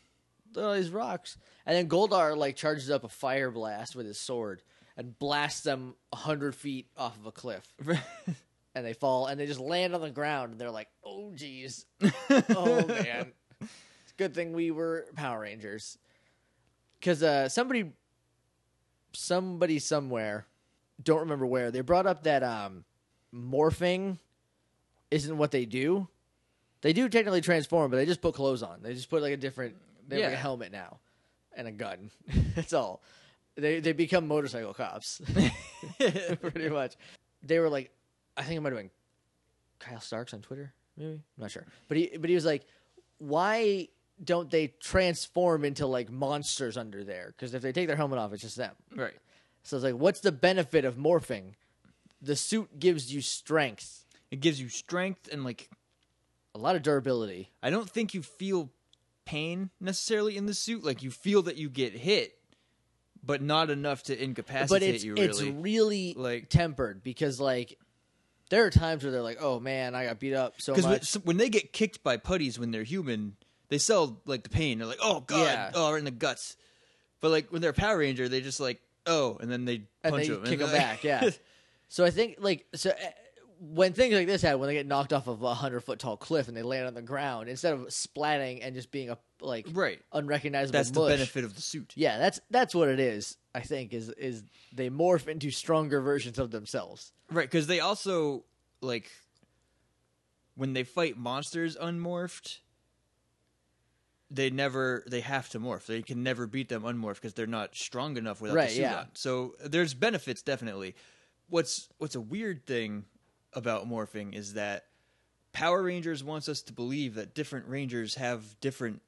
Speaker 1: all these uh, rocks. And then Goldar like charges up a fire blast with his sword and blasts them hundred feet off of a cliff. and they fall and they just land on the ground and they're like, Oh geez. oh man. It's a good thing we were Power Rangers. Cause uh somebody somebody somewhere, don't remember where, they brought up that um morphing isn't what they do. They do technically transform, but they just put clothes on. They just put like a different they have like
Speaker 2: Yeah.
Speaker 1: a helmet now and a gun. That's all. They they become motorcycle cops. Pretty much. They were like I think it might have been Kyle Starks on Twitter, maybe? I'm not sure. But he but he was like, Why don't they transform into like monsters under there? Because if they take their helmet off, it's just them.
Speaker 2: right."
Speaker 1: So it's like, what's the benefit of morphing? The suit gives you strength,
Speaker 2: It gives you strength and like
Speaker 1: a lot of durability.
Speaker 2: I don't think you feel pain necessarily in the suit. Like you feel that you get hit, but not enough to incapacitate
Speaker 1: but it's
Speaker 2: you.
Speaker 1: it's
Speaker 2: Really,
Speaker 1: really
Speaker 2: like-
Speaker 1: tempered because like there are times where they're like, oh man, I got beat up so
Speaker 2: because when,
Speaker 1: much.
Speaker 2: so when they get kicked by putties when they're human, they sell like the pain. They're like, oh god,
Speaker 1: Yeah.
Speaker 2: oh right in the guts. But like when they're a Power Ranger, they just like oh, and then they
Speaker 1: and
Speaker 2: punch
Speaker 1: they
Speaker 2: them,
Speaker 1: kick them back. Yeah. So I think like so uh, when things like this happen, when they get knocked off of a hundred foot tall cliff and they land on the ground, instead of splatting and just being a like
Speaker 2: right.
Speaker 1: unrecognizable
Speaker 2: That's
Speaker 1: mush,
Speaker 2: the benefit of the suit.
Speaker 1: Yeah, that's that's what it is. I think is is they morph into stronger versions of themselves.
Speaker 2: Right, because they also like when they fight monsters unmorphed. They never. They have to morph. They can never beat them unmorphed because they're not strong enough without
Speaker 1: Right,
Speaker 2: the suit
Speaker 1: yeah.
Speaker 2: on. So there's benefits definitely. What's What's a weird thing about morphing is that Power Rangers wants us to believe that different Rangers have different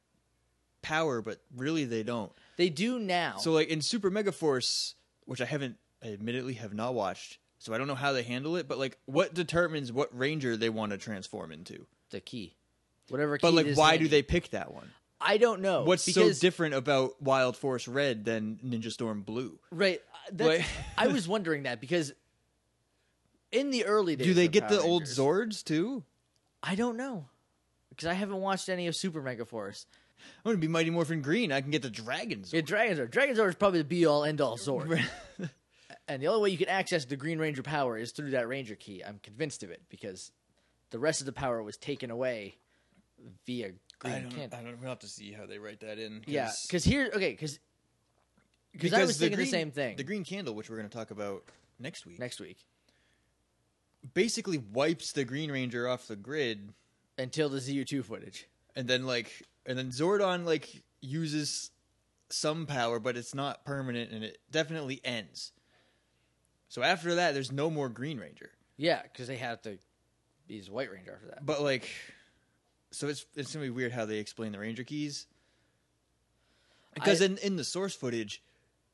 Speaker 2: power, but really they don't.
Speaker 1: They do now.
Speaker 2: So like in Super Mega Force, which I haven't I admittedly have not watched, so I don't know how they handle it, but like what determines what ranger they want to transform into?
Speaker 1: the key, whatever. Key
Speaker 2: But like
Speaker 1: it is
Speaker 2: why
Speaker 1: handy.
Speaker 2: do they pick that one?
Speaker 1: I don't know.
Speaker 2: What's
Speaker 1: because,
Speaker 2: so different about Wild Force Red than Ninja Storm Blue?
Speaker 1: Right. uh, That's,
Speaker 2: Like-
Speaker 1: I was wondering that because in the early days,
Speaker 2: Do they
Speaker 1: of
Speaker 2: get
Speaker 1: Power
Speaker 2: the old
Speaker 1: Rangers-
Speaker 2: Zords too?
Speaker 1: I don't know because I haven't watched any of Super Mega Force.
Speaker 2: I'm gonna be Mighty Morphin Green. I can get the Dragons.
Speaker 1: Yeah, Dragonzord. Dragonzord is probably the be all end all sword. and the only way you can access the Green Ranger power is through that Ranger key. I'm convinced of it because the rest of the power was taken away via Green
Speaker 2: I don't.
Speaker 1: Candy.
Speaker 2: I don't we'll have to see how they write that in.
Speaker 1: yeah, because here, okay, cause, 'cause I
Speaker 2: because
Speaker 1: was
Speaker 2: the
Speaker 1: thinking
Speaker 2: green-
Speaker 1: the same thing
Speaker 2: The Green Candle, which we're gonna talk about next week,
Speaker 1: next week
Speaker 2: basically wipes the Green Ranger off the grid
Speaker 1: until the ZU2 footage.
Speaker 2: and then like and then Zordon like uses some power, but it's not permanent, and it definitely ends. So after that, there's no more Green Ranger,
Speaker 1: Yeah, because they have to be the White Ranger after that.
Speaker 2: but like, so it's it's gonna be weird how they explain the Ranger keys, because
Speaker 1: I-
Speaker 2: in in the source footage,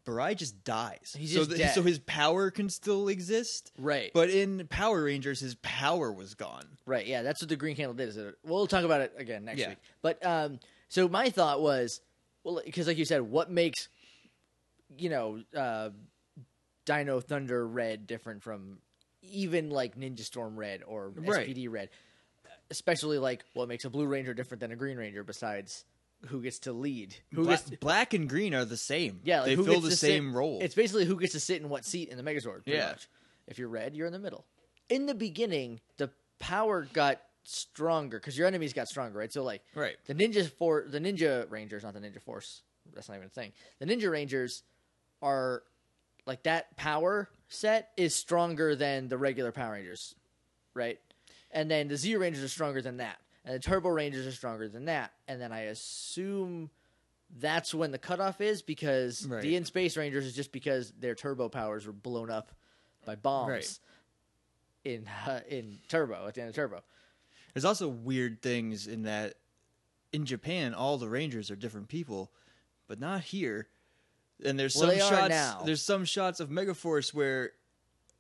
Speaker 2: Barai just dies.
Speaker 1: He's
Speaker 2: so
Speaker 1: just dead.
Speaker 2: so his power can still exist,
Speaker 1: Right.
Speaker 2: But in Power Rangers, his power was gone.
Speaker 1: Right. Yeah, that's what the green candle did. Is it, we'll talk about it again next
Speaker 2: Yeah.
Speaker 1: week. But um, so my thought was, well, because like you said, what makes you know uh, Dino Thunder Red different from even like Ninja Storm Red or
Speaker 2: Right.
Speaker 1: SPD Red? Especially like what makes a Blue Ranger different than a Green Ranger besides who gets to lead, who
Speaker 2: Bla-
Speaker 1: gets
Speaker 2: black and green are the same.
Speaker 1: yeah, like
Speaker 2: they
Speaker 1: who
Speaker 2: fill
Speaker 1: gets
Speaker 2: the
Speaker 1: to sit-
Speaker 2: same role.
Speaker 1: It's basically who gets to sit in what seat in the Megazord. Pretty
Speaker 2: Yeah.
Speaker 1: much. If you're red, you're in the middle. In the beginning, the power got stronger because your enemies got stronger, right? So like,
Speaker 2: Right.
Speaker 1: The ninja for the ninja rangers, not the ninja force. That's not even a thing. The ninja rangers are like that power set is stronger than the regular Power Rangers, right? And then the Zero Rangers are stronger than that, and the Turbo Rangers are stronger than that. And then I assume that's when the cutoff is because
Speaker 2: Right.
Speaker 1: the In Space Rangers is just because their turbo powers were blown up by bombs
Speaker 2: Right.
Speaker 1: in uh, in Turbo at the end of Turbo.
Speaker 2: There's also weird things in that in Japan all the rangers are different people, but not here. And there's
Speaker 1: Well,
Speaker 2: some
Speaker 1: they are
Speaker 2: shots
Speaker 1: now.
Speaker 2: there's some shots of Megaforce where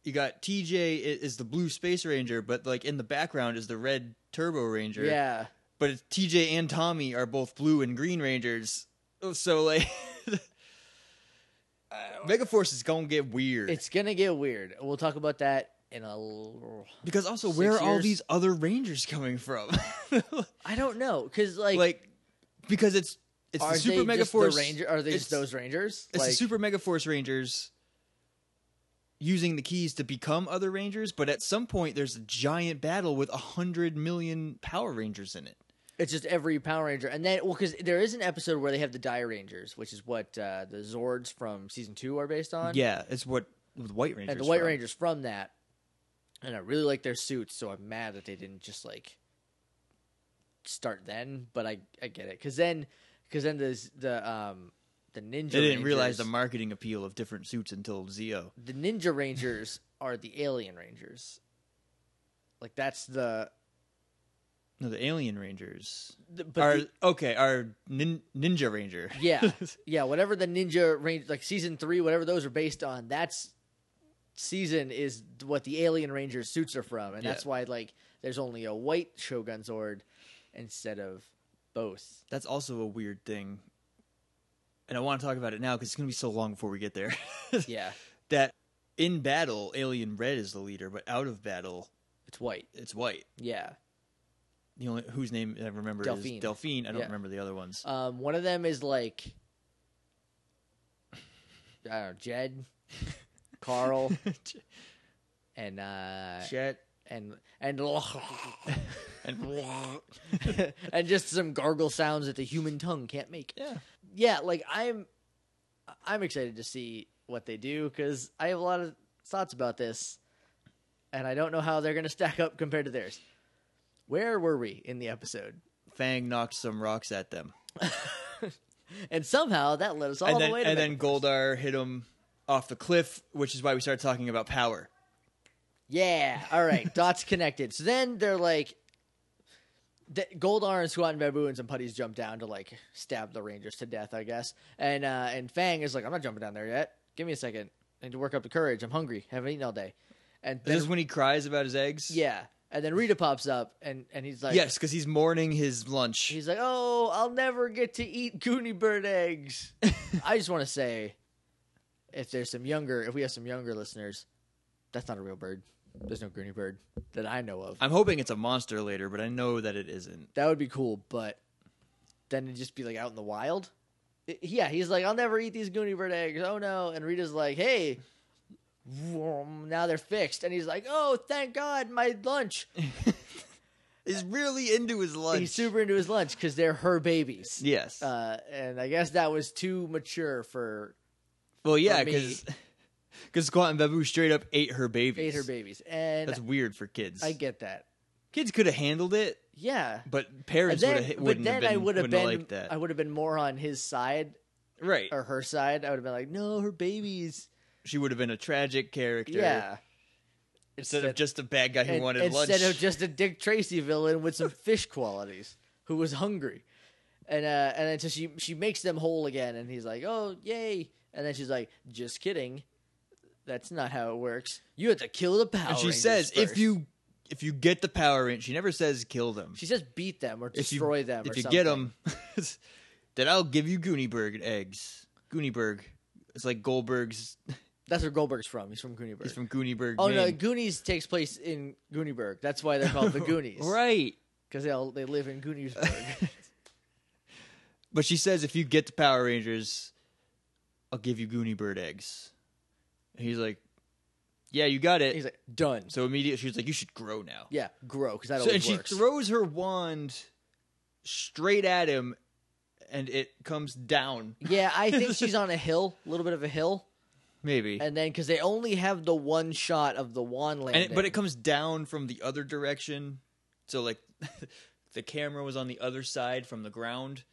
Speaker 2: you got TJ i- is the blue space ranger, but like in the background is the red turbo ranger.
Speaker 1: Yeah,
Speaker 2: But it's TJ and Tommy are both blue and green rangers. So like Megaforce is going to get weird.
Speaker 1: it's gonna get weird. We'll talk about that in a. L-
Speaker 2: because also
Speaker 1: six
Speaker 2: where are all
Speaker 1: years.
Speaker 2: these other rangers coming from?
Speaker 1: I don't know because like,
Speaker 2: like because it's it's
Speaker 1: are
Speaker 2: the super
Speaker 1: they
Speaker 2: mega
Speaker 1: just
Speaker 2: force
Speaker 1: the ranger? Are they just
Speaker 2: it's-
Speaker 1: those rangers?
Speaker 2: it's the super mega force rangers using the keys to become other rangers but at some point there's a giant battle with a hundred million power rangers in it
Speaker 1: It's just every Power Ranger, and then well, because there is an episode where they have the Dire Rangers, which is what uh, the Zords from season two are based on.
Speaker 2: yeah it's what the white rangers
Speaker 1: and the White
Speaker 2: from.
Speaker 1: Rangers from that. And I really like their suits, so I'm mad that they didn't just like start then. But I I get it because then because then the the um the Ninja
Speaker 2: they didn't realize the
Speaker 1: Rangers-
Speaker 2: marketing appeal of different suits until Zeo.
Speaker 1: the Ninja Rangers are the Alien Rangers. Like that's the,
Speaker 2: No, the Alien Rangers
Speaker 1: the but
Speaker 2: are
Speaker 1: the-
Speaker 2: okay. Are nin- Ninja Ranger?
Speaker 1: Yeah, yeah. Whatever the Ninja Range, like season three, whatever those are based on, that's season is what the Alien Ranger suits are from, and that's
Speaker 2: Yeah.
Speaker 1: why like there's only a white Shogun Zord instead of both.
Speaker 2: That's also a weird thing. And I want to talk about it now because it's going to be so long before we get there.
Speaker 1: Yeah,
Speaker 2: that in battle, Alien Red is the leader, but out of battle,
Speaker 1: it's white.
Speaker 2: it's white.
Speaker 1: Yeah.
Speaker 2: The only whose name I remember
Speaker 1: Delphine.
Speaker 2: is Delphine. I don't
Speaker 1: Yeah.
Speaker 2: remember the other ones.
Speaker 1: Um, one of them is like, I don't know, Jed, Carl, and uh,
Speaker 2: Chet
Speaker 1: and and
Speaker 2: and
Speaker 1: and just some gargle sounds that the human tongue can't make.
Speaker 2: yeah,
Speaker 1: Yeah, like I'm, I'm excited to see what they do because I have a lot of thoughts about this, and I don't know how they're gonna stack up compared to theirs. Where were we in the episode?
Speaker 2: Fang knocked some rocks at them,
Speaker 1: And somehow that led us all
Speaker 2: and then
Speaker 1: the way to
Speaker 2: and
Speaker 1: Mecha-
Speaker 2: then Goldar hit him off the cliff, which is why we started talking about power.
Speaker 1: Yeah. All right. Dots connected. So then they're like, the, Goldar and Squat and Babu and some putties jump down to like stab the Rangers to death, I guess. And uh, and Fang is like, I'm not jumping down there yet. Give me a second. I need to work up the courage. I'm hungry. Haven't eaten all day. And
Speaker 2: Is
Speaker 1: then,
Speaker 2: this when he cries about his eggs?
Speaker 1: yeah. And then Rita pops up and and he's like,
Speaker 2: yes, because he's mourning his lunch.
Speaker 1: He's like, oh, I'll never get to eat Goonie bird eggs. I just want to say, if there's some younger, if we have some younger listeners, that's not a real bird. There's no Goonie bird that I know of.
Speaker 2: I'm hoping it's a monster later, but I know that it isn't.
Speaker 1: That would be cool, but then it'd just be like out in the wild. I- Yeah, he's like, I'll never eat these Goonie Bird eggs. Oh no! And Rita's like, Hey, vroom, now they're fixed. And he's like, Oh, thank God, my lunch.
Speaker 2: He's really into his lunch.
Speaker 1: He's super into his lunch because they're her babies.
Speaker 2: Yes.
Speaker 1: Uh, and I guess that was too mature for
Speaker 2: well, yeah,
Speaker 1: me-
Speaker 2: because because Squat and Babu straight up ate her babies.
Speaker 1: ate her babies, and
Speaker 2: That's weird for kids.
Speaker 1: I get that.
Speaker 2: kids could have handled it,
Speaker 1: Yeah,
Speaker 2: but
Speaker 1: And
Speaker 2: parents would
Speaker 1: then,
Speaker 2: have
Speaker 1: but
Speaker 2: wouldn't
Speaker 1: then
Speaker 2: have been,
Speaker 1: I would have
Speaker 2: wouldn't have
Speaker 1: been
Speaker 2: liked that.
Speaker 1: I would have been more on his side
Speaker 2: right.
Speaker 1: or her side. I would have been like, No, her babies.
Speaker 2: She would have been a tragic character.
Speaker 1: Yeah.
Speaker 2: Instead of just a bad guy who
Speaker 1: And-
Speaker 2: wanted
Speaker 1: instead
Speaker 2: lunch.
Speaker 1: of just a Dick Tracy villain with some fish qualities who was hungry. And uh, and then so she she makes them whole again, and he's like, "Oh, yay!" And then she's like, "Just kidding, that's not how it works. You have to kill the power."
Speaker 2: and she
Speaker 1: Rangers
Speaker 2: says, if
Speaker 1: first."
Speaker 2: you if you get the power in, she never says kill them.
Speaker 1: she says, "Beat them or
Speaker 2: if you
Speaker 1: destroy them,"
Speaker 2: if
Speaker 1: or
Speaker 2: you
Speaker 1: something.
Speaker 2: get them, then I'll give you Gooneyberg eggs. Gooneyberg. It's like Goldberg's.
Speaker 1: that's where Goldberg's from. He's from Gooneyburg.
Speaker 2: He's from Gooneyberg.
Speaker 1: oh no,
Speaker 2: Maine.
Speaker 1: Goonies takes place in Gooneyburg. That's why they're called the Goonies,
Speaker 2: right.
Speaker 1: Because they all they live in Gooniesburg.
Speaker 2: But she says if you get the Power Rangers, I'll give you Goonie Bird eggs. And he's like, Yeah, you got it.
Speaker 1: he's like, "Done."
Speaker 2: so immediately she's like, You should grow now.
Speaker 1: yeah, grow because that
Speaker 2: So, and
Speaker 1: always
Speaker 2: she
Speaker 1: works.
Speaker 2: throws her wand straight at him and it comes down.
Speaker 1: Yeah, I think she's on a hill, a little bit of a hill,
Speaker 2: Maybe. And,
Speaker 1: and then because they only have the one shot of the wand landing,
Speaker 2: it, but it comes down from the other direction. So like the camera was on the other side from the ground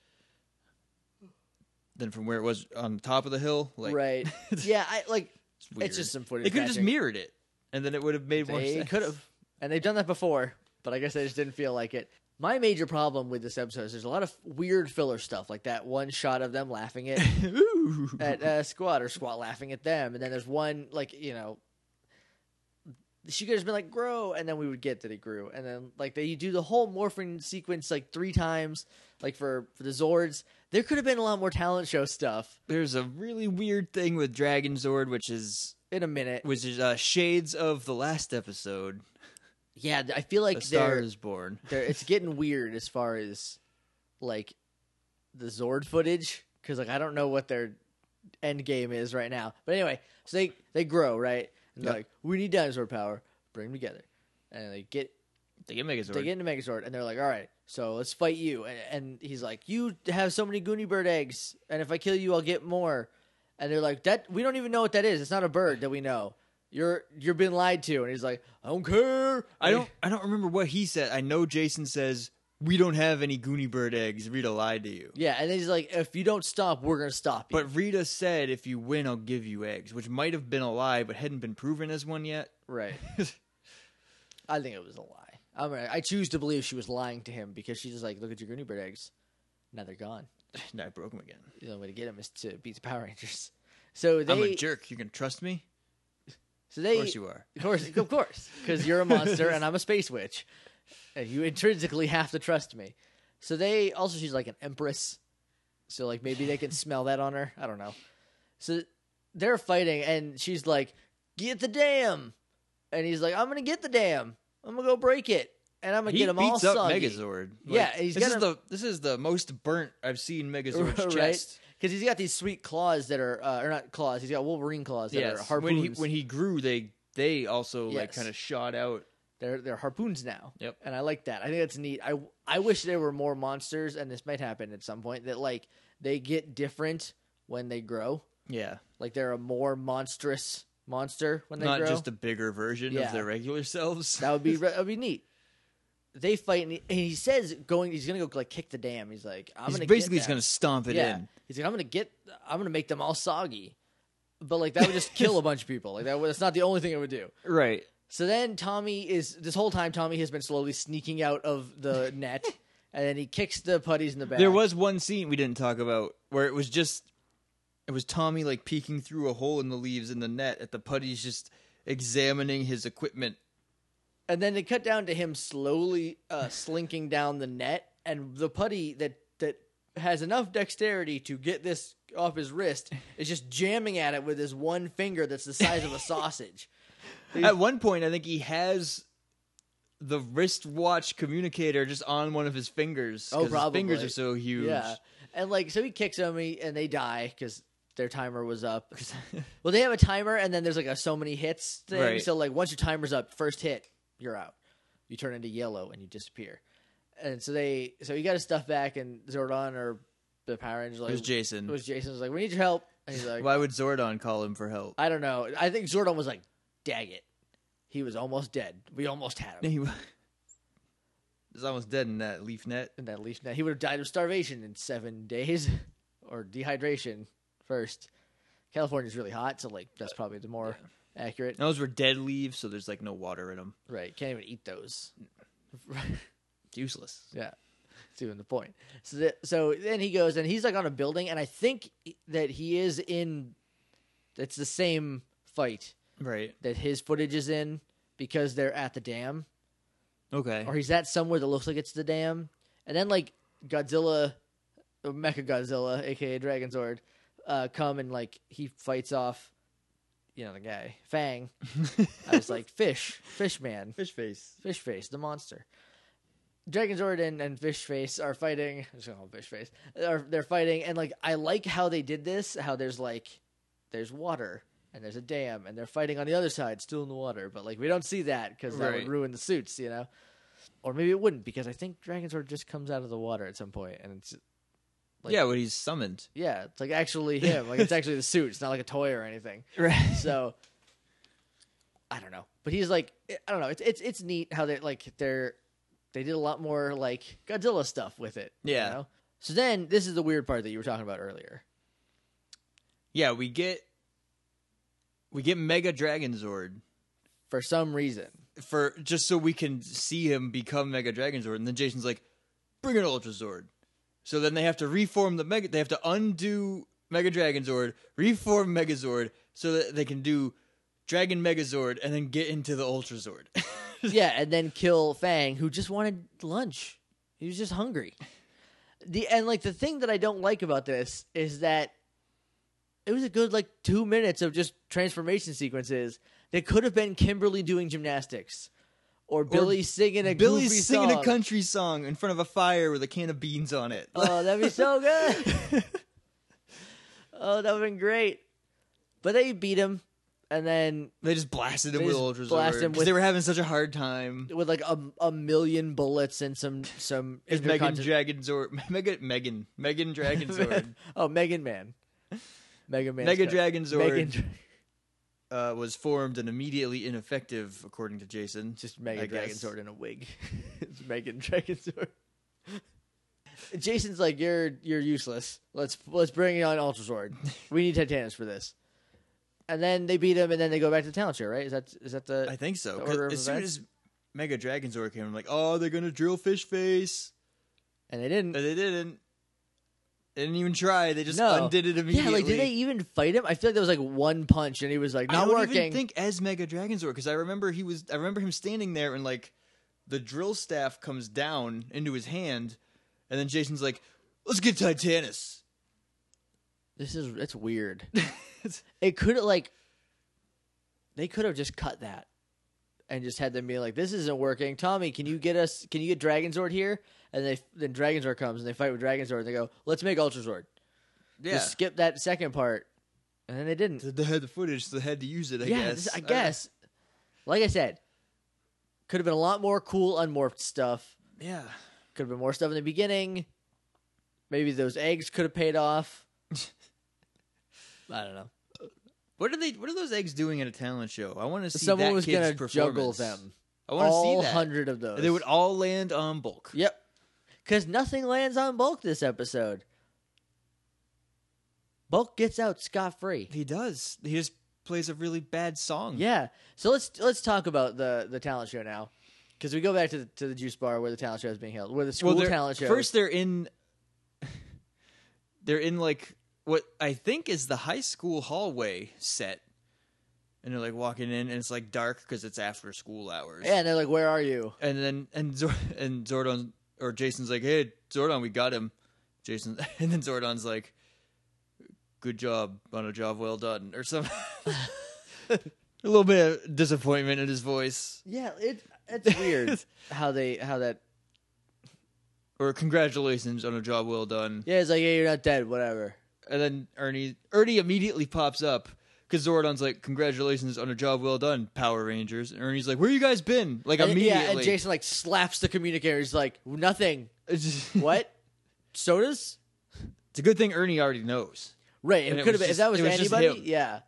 Speaker 2: than from where it was on top of the hill. Like
Speaker 1: right. yeah, I like
Speaker 2: It's weird.
Speaker 1: just some footage
Speaker 2: They could have just
Speaker 1: magic.
Speaker 2: mirrored it, and then it would have made more
Speaker 1: they
Speaker 2: sense.
Speaker 1: could have, and they've done that before, but I guess they just didn't feel like it. My major problem with this episode is there's a lot of weird filler stuff, like that one shot of them laughing at
Speaker 2: Ooh.
Speaker 1: at uh, Squat or Squat laughing at them, and then there's one like you know. She could have been like grow, and then we would get that it grew, and then like they do the whole morphing sequence like three times, like for for the Zords. There could have been a lot more talent show stuff
Speaker 2: There's a really weird thing with Dragon Zord, which is
Speaker 1: in a minute.
Speaker 2: which is uh, shades of the last episode,
Speaker 1: Yeah, I feel like
Speaker 2: A Star
Speaker 1: they're,
Speaker 2: Is Born.
Speaker 1: they're it's getting weird as far as like the Zord footage because like I don't know what their end game is right now. But anyway, so they they grow right, and they're
Speaker 2: Yep.
Speaker 1: like we need dinosaur power, bring them together, and they get
Speaker 2: They get Megazord.
Speaker 1: They get into Megazord and they're like, "All right, so let's fight you." And, and he's like, "You have so many Goonie bird eggs, and if I kill you, I'll get more." And they're like, "That we don't even know what that is. It's not a bird that we know. You're you're being lied to." And he's like, "I don't care.
Speaker 2: I don't. I don't remember what he said. I know Jason says we don't have any Goonie Bird eggs. Rita lied to you.
Speaker 1: Yeah, and then he's like, "If you don't stop, we're gonna stop you."
Speaker 2: But Rita said, "If you win, I'll give you eggs," which might have been a lie, but hadn't been proven as one yet.
Speaker 1: right, I think it was a lie. I'm gonna, I choose to believe she was lying to him because she's just like, "Look at your Goonie bird eggs. Now they're gone.
Speaker 2: and I broke him again.
Speaker 1: The only way to get them is to beat the Power Rangers." So they,
Speaker 2: I'm a jerk. You can trust me.
Speaker 1: so they,
Speaker 2: Of course you are.
Speaker 1: Of course, of course, because you're a monster and I'm a space witch, and you intrinsically have to trust me. So they also she's like an empress. So like maybe they can smell that on her. I don't know. So they're fighting and she's like, "Get the dam." And he's like, "I'm going to get the dam. I'm going to go break it." And I'm going to
Speaker 2: He
Speaker 1: get him all
Speaker 2: beats up
Speaker 1: soggy.
Speaker 2: Megazord.
Speaker 1: Yeah, he's
Speaker 2: this
Speaker 1: got
Speaker 2: is
Speaker 1: him-
Speaker 2: the this is the most burnt I've seen Megazord's chest.
Speaker 1: Because he's got these sweet claws that are, uh, or not claws. He's got Wolverine claws that are
Speaker 2: Yes.
Speaker 1: harpoons.
Speaker 2: when he when he grew, they they also like
Speaker 1: Yes.
Speaker 2: kind of shot out.
Speaker 1: they're they're harpoons now.
Speaker 2: Yep.
Speaker 1: And I like that. I think that's neat. I I wish there were more monsters, and this might happen at some point. That like they get different when they grow.
Speaker 2: Yeah,
Speaker 1: Like they're a more monstrous monster when they
Speaker 2: not
Speaker 1: grow.
Speaker 2: just a bigger version
Speaker 1: Yeah.
Speaker 2: of their regular selves.
Speaker 1: that would be re- that would be neat. They fight, and he, and he says going. He's gonna go like kick the dam. He's like, I'm
Speaker 2: he's
Speaker 1: gonna
Speaker 2: basically
Speaker 1: get
Speaker 2: just
Speaker 1: that.
Speaker 2: gonna stomp it in.
Speaker 1: He's like, I'm gonna get, I'm gonna make them all soggy, but like that would just kill a bunch of people. Like that, would- that's not the only thing it would do.
Speaker 2: Right.
Speaker 1: So then Tommy is this whole time Tommy has been slowly sneaking out of the net, and then he kicks the putties in the back.
Speaker 2: There was one scene we didn't talk about where it was just it was Tommy like peeking through a hole in the leaves in the net at the putties just examining his equipment.
Speaker 1: and then they cut down to him slowly uh, slinking down the net, and the putty that that has enough dexterity to get this off his wrist is just jamming at it with his one finger that's the size of a sausage.
Speaker 2: At one point I think he has the wristwatch communicator just on one of his fingers.
Speaker 1: Oh,
Speaker 2: 'cause
Speaker 1: probably.
Speaker 2: His fingers are so huge.
Speaker 1: Yeah, and like so he kicks them he- and they die because their timer was up. well, they have a timer, and then there's like a so many hits thing.
Speaker 2: Right.
Speaker 1: So like once your timer's up, first hit, you're out. You turn into yellow and you disappear. And so they so he got his stuff back, and Zordon or the Power Rangers like
Speaker 2: It was Jason.
Speaker 1: it was Jason was like, "We need your help," and he's like,
Speaker 2: Why would Zordon call him for help?
Speaker 1: "I don't know." I think Zordon was like, "Dag it." He was almost dead. We almost had him
Speaker 2: He was he's almost dead in that leaf net.
Speaker 1: in that leaf net. He would have died of starvation in seven days, or dehydration first. California's really hot, so like that's probably the more accurate.
Speaker 2: Those were dead leaves, so there's like no water in them.
Speaker 1: Right? Can't even eat those.
Speaker 2: It's useless.
Speaker 1: Yeah, that's even the point. So, that, so then he goes and he's like on a building, and I think that he is in. It's the same fight
Speaker 2: Right.
Speaker 1: that his footage is in because they're at the dam,
Speaker 2: Okay.
Speaker 1: or he's at somewhere that looks like it's the dam, and then like Godzilla, Mecha Godzilla, aka Dragon Zord, uh, come and like he fights off, you know, the guy Fang. I was like fish, fish man.
Speaker 2: Fish face.
Speaker 1: Fish Face, the monster. Dragon Zord and, and Fish Face are fighting. I'm just gonna call him Fish Face. Are, they're fighting, and like I like how they did this. How there's like there's water and there's a dam, and they're fighting on the other side, still in the water. But like we don't see that because that
Speaker 2: Right.
Speaker 1: would ruin the suits, you know. Or maybe it wouldn't because I think Dragon Zord just comes out of the water at some point, and it's Like-
Speaker 2: yeah, when he's summoned.
Speaker 1: yeah, it's like actually him. Like it's actually the suit. It's not like a toy or anything.
Speaker 2: Right.
Speaker 1: So I don't know, but he's like I don't know. It's it's it's neat how they like they're they did a lot more like Godzilla stuff with it. you
Speaker 2: Yeah.
Speaker 1: know? So then this is the weird part that you were talking about earlier.
Speaker 2: Yeah, we get we get Mega Dragon Zord
Speaker 1: For some reason,
Speaker 2: for just so we can see him become Mega Dragon Zord, and then Jason's like, "Bring an Ultra Zord." So then they have to reform the Mega. They have to undo Mega Dragon Zord, reform Megazord, so that they can do Dragon Megazord, and then get into the Ultra Zord.
Speaker 1: yeah, and then kill Fang, who just wanted lunch. He was just hungry. The and like the thing that I don't like about this is that it was a good like two minutes of just transformation sequences that could have been Kimberly doing gymnastics or Billy singing a goofy
Speaker 2: Billy's singing
Speaker 1: song.
Speaker 2: a country song in front of a fire with a can of beans on it.
Speaker 1: Oh, that'd be so good. oh, that would've been great. But they beat him, and then
Speaker 2: They just blasted him
Speaker 1: They
Speaker 2: with
Speaker 1: just
Speaker 2: Ultra
Speaker 1: blast him
Speaker 2: Zord
Speaker 1: with-
Speaker 2: because they were having such a hard time.
Speaker 1: with like a, a million bullets and some some
Speaker 2: Is Megan
Speaker 1: intercontinental-
Speaker 2: Dragon Zord? Megan Megan Megan Dragon Zord
Speaker 1: oh, Megan Man. Megan Man.
Speaker 2: Mega Dragon Zord.
Speaker 1: Megan, Dra-
Speaker 2: uh, was formed and immediately ineffective, according to Jason.
Speaker 1: just Megan
Speaker 2: I
Speaker 1: Dragon
Speaker 2: guess.
Speaker 1: Zord in a wig. it's Megan Dragon Zord. Jason's like you're you're useless. Let's let's bring on Ultra Sword. We need Titanus for this. And then they beat him, and then they go back to the talent show. Right? Is that is that the
Speaker 2: I think so.
Speaker 1: The
Speaker 2: 'cause
Speaker 1: Order of
Speaker 2: as soon
Speaker 1: Events?
Speaker 2: as Mega Dragon Zord came, I'm like, oh, they're gonna drill Fish Face,
Speaker 1: and they didn't.
Speaker 2: but they didn't. They didn't even try. They just
Speaker 1: No.
Speaker 2: undid it
Speaker 1: Yeah,
Speaker 2: immediately.
Speaker 1: like did they even fight him? I feel like there was like one punch, and he was like
Speaker 2: I
Speaker 1: not
Speaker 2: don't
Speaker 1: working.
Speaker 2: even think as Mega Dragon Zord because I remember he was. I remember him standing there and like the drill staff comes down into his hand, And then Jason's like, "Let's get Titanus."
Speaker 1: This is it's weird. it could have like they could have just cut that and just had them be like, "This isn't working." Tommy, can you get us? Can you get Dragonzord here? And they then Dragonzord comes and they fight with Dragonzord. And they go, "Let's make Ultrazord."
Speaker 2: yeah.
Speaker 1: Just skip that second part, and then they didn't.
Speaker 2: They had the footage, so they had to use it. I
Speaker 1: yeah,
Speaker 2: guess.
Speaker 1: this- I guess. Like I said, could have been a lot more cool unmorphed stuff.
Speaker 2: yeah.
Speaker 1: Could have been more stuff in the beginning. Maybe those eggs could have paid off. I don't know.
Speaker 2: What are they? What are those eggs doing at a talent show? I want to see.
Speaker 1: Someone
Speaker 2: that
Speaker 1: was
Speaker 2: kid's
Speaker 1: gonna juggle
Speaker 2: performance.
Speaker 1: them.
Speaker 2: I want
Speaker 1: All
Speaker 2: to see that.
Speaker 1: hundred of those.
Speaker 2: They would all land on bulk.
Speaker 1: Yep. Because nothing lands on Bulk this episode. Bulk gets out scot free.
Speaker 2: He does. He just plays a really bad song.
Speaker 1: Yeah. So let's let's talk about the the talent show now, because we go back to the, to the juice bar where the talent show is being held, where the school
Speaker 2: they're-
Speaker 1: talent show.
Speaker 2: First, they're in. They're in like what I think is the high school hallway set, and they're like walking in, and it's like dark because it's after school hours.
Speaker 1: yeah, and they're like, "Where are you?"
Speaker 2: And then and Zor- and Zordon or Jason's like, "Hey, Zordon, we got him." Jason and then Zordon's like, "Good job on a job well done," or some. a little bit of disappointment in his voice,
Speaker 1: Yeah, it it's weird how they how that.
Speaker 2: or congratulations on a job well done.
Speaker 1: Yeah, it's like, "Yeah, you're not dead, whatever."
Speaker 2: And then Ernie Ernie immediately pops up because Zordon's like, "Congratulations on a job well done, Power Rangers." And Ernie's like, "Where you guys been?" Like
Speaker 1: And,
Speaker 2: immediately.
Speaker 1: Uh, yeah, and Jason like slaps the communicator. He's like, "Nothing.
Speaker 2: it's
Speaker 1: What? Sodas?
Speaker 2: a good thing Ernie already knows.
Speaker 1: Right?
Speaker 2: And
Speaker 1: It
Speaker 2: it
Speaker 1: could have
Speaker 2: was
Speaker 1: been if
Speaker 2: just-
Speaker 1: that was,
Speaker 2: it was just
Speaker 1: anybody.
Speaker 2: him.
Speaker 1: Yeah,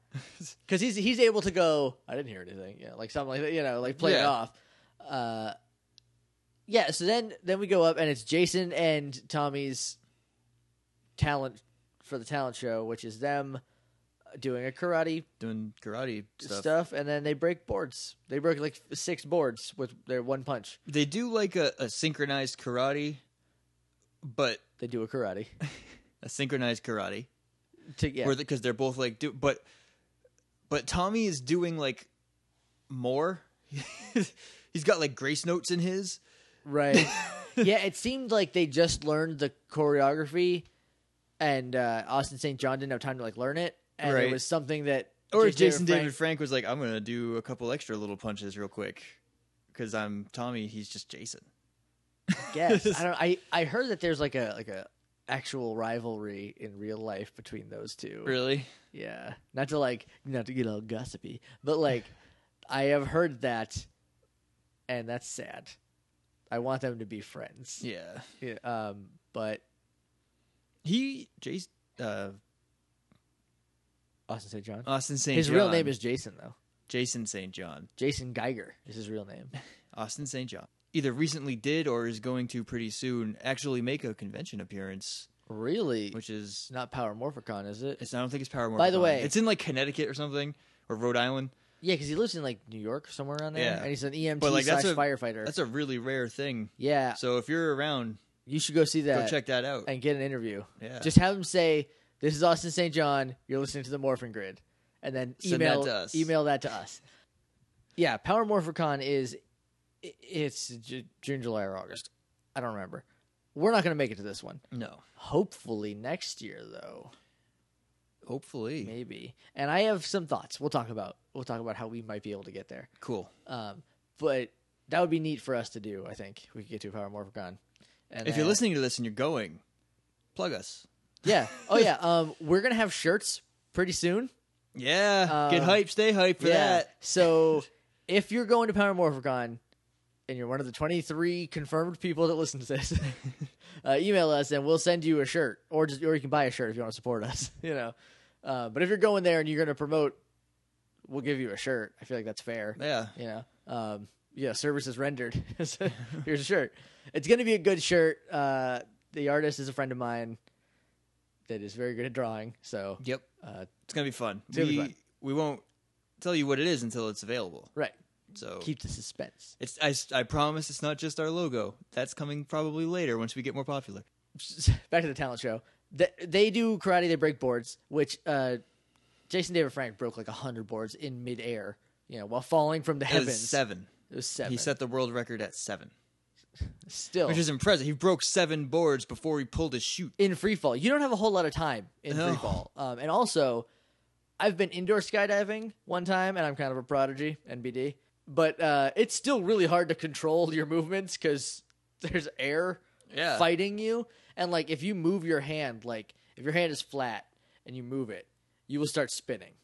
Speaker 1: because he's he's able to go. I didn't hear anything. Yeah, like something like that. You know, like play it
Speaker 2: Yeah.
Speaker 1: off. Uh, yeah. So then then we go up and it's Jason and Tommy's talent for the talent show, which is them doing a karate
Speaker 2: Doing karate
Speaker 1: stuff,
Speaker 2: stuff.
Speaker 1: and then they break boards. They break like six boards with their one punch.
Speaker 2: They do like a, a synchronized karate, but
Speaker 1: They do a karate.
Speaker 2: a synchronized karate.
Speaker 1: To, yeah.
Speaker 2: where because they're both like do but but Tommy is doing like more. He's got like grace notes in his.
Speaker 1: Right. yeah, it seemed like they just learned the choreography, and uh, Austin St. John didn't have time to like learn it, and it
Speaker 2: Right.
Speaker 1: was something that
Speaker 2: Or
Speaker 1: Jason,
Speaker 2: Jason
Speaker 1: David
Speaker 2: David Frank was like, I'm gonna do a couple extra little punches real quick because I'm Tommy. He's just Jason.
Speaker 1: guess. I don't. I I heard that there's like a like a actual rivalry in real life between those two.
Speaker 2: Really?
Speaker 1: Yeah. Not to like not to get all gossipy, but like I have heard that, and that's sad. I want them to be friends.
Speaker 2: Yeah.
Speaker 1: Yeah, Um. But
Speaker 2: He Jason uh,
Speaker 1: Austin St. John.
Speaker 2: Austin St.
Speaker 1: his
Speaker 2: John.
Speaker 1: real name is Jason, though.
Speaker 2: Jason St. John.
Speaker 1: Jason Geiger is his real name.
Speaker 2: Austin St. John. Either recently did or is going to pretty soon actually make a convention appearance,
Speaker 1: Really?
Speaker 2: which is
Speaker 1: it's not Power Morphicon, is it?
Speaker 2: It's, I don't think it's Power
Speaker 1: By the
Speaker 2: Morphicon.
Speaker 1: way-
Speaker 2: it's in like Connecticut or something or Rhode Island.
Speaker 1: Yeah, because he lives in like New York somewhere around there,
Speaker 2: Yeah.
Speaker 1: and he's an EMT
Speaker 2: But, like, that's
Speaker 1: slash
Speaker 2: a-
Speaker 1: firefighter.
Speaker 2: That's a really rare thing.
Speaker 1: yeah,
Speaker 2: So if you're around,
Speaker 1: you should go see
Speaker 2: go
Speaker 1: that
Speaker 2: check that out.
Speaker 1: and get an interview.
Speaker 2: Yeah.
Speaker 1: Just have him say, "This is Austin St. John. You're listening to the Morphin Grid," and then
Speaker 2: Send that
Speaker 1: email
Speaker 2: to us.
Speaker 1: email that to us. yeah, Power Morphicon is i- it's J- June, July, or August. I don't remember. We're not going to make it to this one.
Speaker 2: no,
Speaker 1: Hopefully next year, though.
Speaker 2: hopefully,
Speaker 1: Maybe. And I have some thoughts. We'll talk about we'll talk about how we might be able to get there.
Speaker 2: cool.
Speaker 1: Um, but that would be neat for us to do. I think we could get to a Power Morphicon. And
Speaker 2: if you're
Speaker 1: then-
Speaker 2: listening to this and you're going, plug us.
Speaker 1: yeah. Oh yeah. Um, we're gonna have shirts pretty soon.
Speaker 2: Yeah, get
Speaker 1: Um,
Speaker 2: hype, stay hype for that.
Speaker 1: So if you're going to Power Morphicon and you're one of the 23 confirmed people that listen to this, uh, email us and we'll send you a shirt, or just or you can buy a shirt if you want to support us. You know. Uh, but if you're going there and you're gonna promote, we'll give you a shirt. I feel like that's fair.
Speaker 2: Yeah,
Speaker 1: you know um yeah services rendered So, here's a shirt it's gonna be a good shirt uh the artist is a friend of mine that is very good at drawing so
Speaker 2: yep.
Speaker 1: uh
Speaker 2: It's gonna be fun.
Speaker 1: gonna be
Speaker 2: we
Speaker 1: fun.
Speaker 2: we won't tell you what it is until it's available.
Speaker 1: right
Speaker 2: So
Speaker 1: keep the suspense
Speaker 2: it's I, s- I promise it's not just our logo. That's coming probably later once we get more popular.
Speaker 1: back to the talent show Th- they do karate they break boards which uh jason david frank broke like 100 boards in midair you know while falling from the
Speaker 2: It was
Speaker 1: heavens
Speaker 2: seven.
Speaker 1: it was seven
Speaker 2: He set the world record at seven.
Speaker 1: Still,
Speaker 2: which is impressive. He broke seven boards before he pulled his shoot.
Speaker 1: in free fall. You don't have a whole lot of time in
Speaker 2: No.
Speaker 1: free fall. Um, and also, I've been indoor skydiving one time, and I'm kind of a prodigy, NBD. But uh, it's still really hard to control your movements because there's air
Speaker 2: Yeah.
Speaker 1: fighting you, and like if you move your hand, like if your hand is flat and you move it, you will start spinning.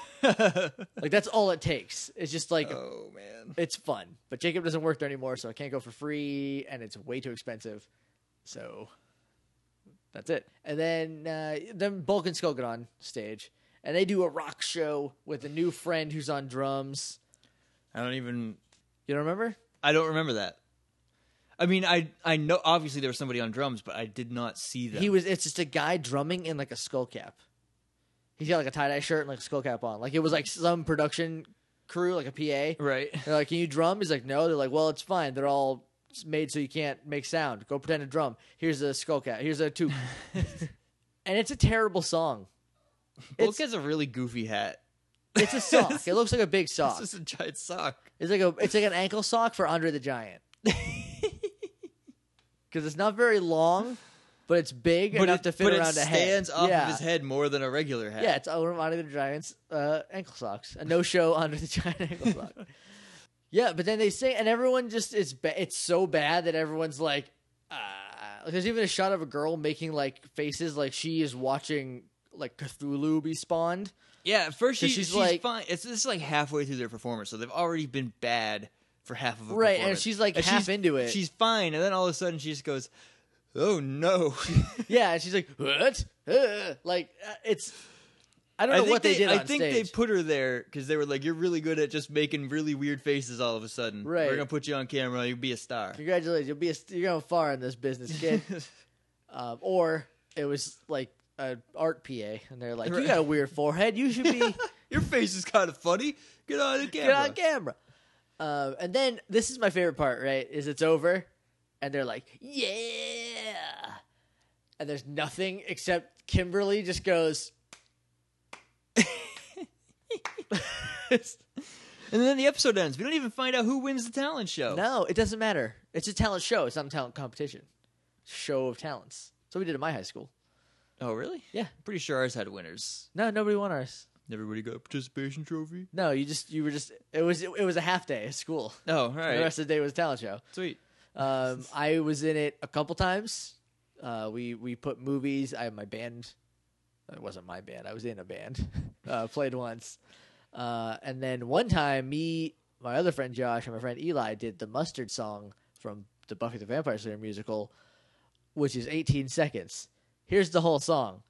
Speaker 1: like that's all it takes. It's just like
Speaker 2: Oh man.
Speaker 1: it's fun, but Jacob doesn't work there anymore, so I can't go for free, and it's way too expensive. So that's it. And then uh, then Bulk and Skull get on stage, and they do a rock show with a new friend who's on drums.
Speaker 2: I don't even.
Speaker 1: You don't remember?
Speaker 2: I don't remember that. I mean, I I know obviously there was somebody on drums, but I did not see that.
Speaker 1: He was. It's just a guy drumming in like a skull cap. He's got like a tie dye shirt and like a skull cap on. Like it was like some production crew, like a PA.
Speaker 2: right.
Speaker 1: They're like, "Can you drum?" He's like, "No." They're like, "Well, it's fine. They're all made so you can't make sound. Go pretend to drum. Here's a skull cat. Here's a tube." and it's a terrible song.
Speaker 2: Bulk has a really goofy hat.
Speaker 1: It's a sock. it looks like a big sock.
Speaker 2: It's just a giant sock.
Speaker 1: It's like a it's like an ankle sock for Andre the Giant. Because it's not very long, but it's big enough
Speaker 2: it,
Speaker 1: to fit
Speaker 2: but
Speaker 1: around
Speaker 2: it
Speaker 1: a head.
Speaker 2: stands off
Speaker 1: yeah.
Speaker 2: of his head more than a regular hat.
Speaker 1: Yeah, it's all of Andre the Giant's uh, ankle socks. A no-show under the giant ankle sock. Yeah, but then they sing, and everyone just it's ba- it's so bad that everyone's like, uh, like, there's even a shot of a girl making like faces like she is watching like Cthulhu be spawned.
Speaker 2: Yeah, at first she,
Speaker 1: 'Cause
Speaker 2: she's,
Speaker 1: she's like-
Speaker 2: fine. It's this is like halfway through their performance, so they've already been bad for half of a
Speaker 1: Right, and
Speaker 2: performance.
Speaker 1: she's, like, half into it.
Speaker 2: She's fine, and then all of a sudden she just goes, "Oh no!"
Speaker 1: Yeah, and she's like, what? Uh," like uh, it's, I don't know
Speaker 2: think
Speaker 1: what they, did.
Speaker 2: I
Speaker 1: on
Speaker 2: think
Speaker 1: stage.
Speaker 2: they put her there because they were like, "You're really good at just making really weird faces all of a sudden.
Speaker 1: Right.
Speaker 2: We're gonna put you on camera. You'll be a star."
Speaker 1: Congratulations, you'll be a, you're going far in this business, kid. um, or it was like an art PA, and they're like, "You got a weird forehead. You should be
Speaker 2: Your face is kind of funny. Get on the camera.
Speaker 1: get on camera." Um, and then this is my favorite part, right? Is it's over, and they're like, "Yeah," and there's nothing except Kimberly just goes.
Speaker 2: and then the episode ends. We don't even find out who wins the talent show.
Speaker 1: No, it doesn't matter. It's a talent show. It's not a talent competition. It's a show of talents. So we did at my high school.
Speaker 2: Oh, really?
Speaker 1: Yeah.
Speaker 2: Pretty sure ours had winners.
Speaker 1: No, nobody won ours.
Speaker 2: Everybody got a participation trophy.
Speaker 1: No, you just you were just it was it was a half day at school.
Speaker 2: Oh, all right.
Speaker 1: The rest of the day was a talent show.
Speaker 2: Sweet.
Speaker 1: Um, I was in it a couple times. Uh, we we put movies. I my band. It wasn't my band. I was in a band. uh, played once, uh, and then one time, me, my other friend Josh, and my friend Eli did the mustard song from the Buffy the Vampire Slayer musical, which is 18 seconds. Here's the whole song.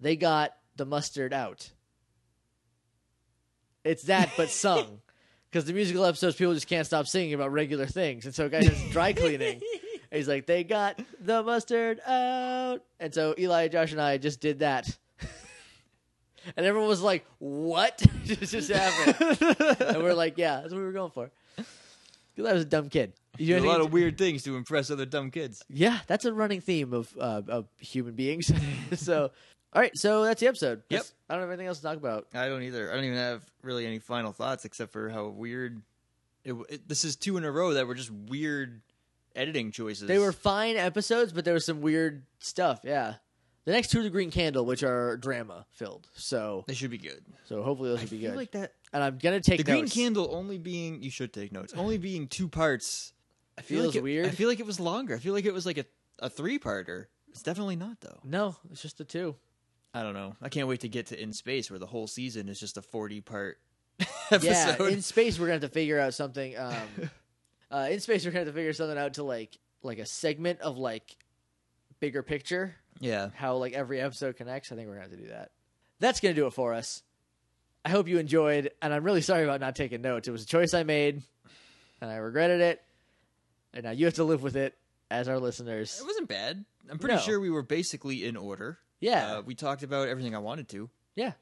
Speaker 1: They got the mustard out. It's that, but sung. Because the musical episodes, people just can't stop singing about regular things. And so a guy does dry cleaning. And he's like, they got the mustard out. And so Eli, Josh, and I just did that. and everyone was like, what just, just happened? and we're like, yeah, that's what we were going for. Because I was a dumb kid. You
Speaker 2: a
Speaker 1: know
Speaker 2: lot of weird things to impress other dumb kids.
Speaker 1: yeah, that's a running theme of uh, of human beings. so, all right, so that's the episode.
Speaker 2: Yep.
Speaker 1: That's- I don't have anything else to talk about.
Speaker 2: I don't either. I don't even have really any final thoughts except for how weird. It, it, this is two in a row that were just weird editing choices.
Speaker 1: They were fine episodes, but there was some weird stuff. Yeah, the next two are the Green Candle, which are drama filled. So,
Speaker 2: They should be good.
Speaker 1: so hopefully those will be
Speaker 2: I feel
Speaker 1: good.
Speaker 2: like that.
Speaker 1: and I'm gonna take
Speaker 2: The Green
Speaker 1: notes.
Speaker 2: Candle only being you should take notes. Only being two parts. I feel
Speaker 1: Feels
Speaker 2: like it,
Speaker 1: weird.
Speaker 2: I feel like it was longer. I feel like it was like a, a three parter. It's definitely not though.
Speaker 1: No, it's just the two.
Speaker 2: I don't know. I can't wait to get to In Space where the whole season is just a forty part
Speaker 1: Yeah,
Speaker 2: episode.
Speaker 1: in space we're gonna have to figure out something. Um, uh, in space we're gonna have to figure something out to like like a segment of like bigger picture
Speaker 2: yeah.
Speaker 1: how like every episode connects. I think we're gonna have to do that. That's gonna do it for us. I hope you enjoyed, and I'm really sorry about not taking notes. It was a choice I made, and I regretted it. And now you have to live with it as our listeners.
Speaker 2: It wasn't bad. I'm pretty
Speaker 1: No.
Speaker 2: sure we were basically in order.
Speaker 1: Yeah.
Speaker 2: Uh, we talked about everything I wanted to.
Speaker 1: Yeah.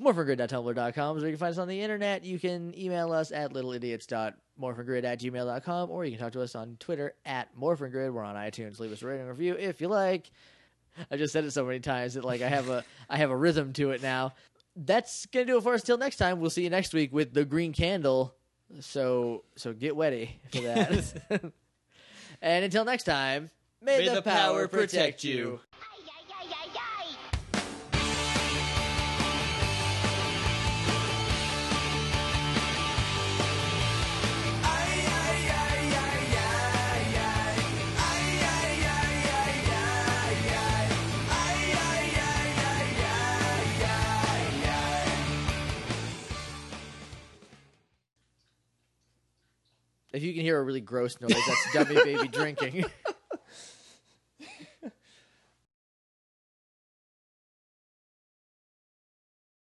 Speaker 1: Morphingrid.tumblr.com is where you can find us on the internet. You can email us at littleidiots.morphingrid at gmail.com or you can talk to us on Twitter at morphingrid. We're on iTunes. Leave us a rating and review if you like. I just said it so many times that like I have a I have a rhythm to it now. That's gonna do it for us till next time. We'll see you next week with the green candle. So so get wetty for that. And until next time, may, the, power protect, you.
Speaker 3: Ay, ay, ay, ay, ay.
Speaker 1: If you can hear a really gross noise, that's dummy baby drinking.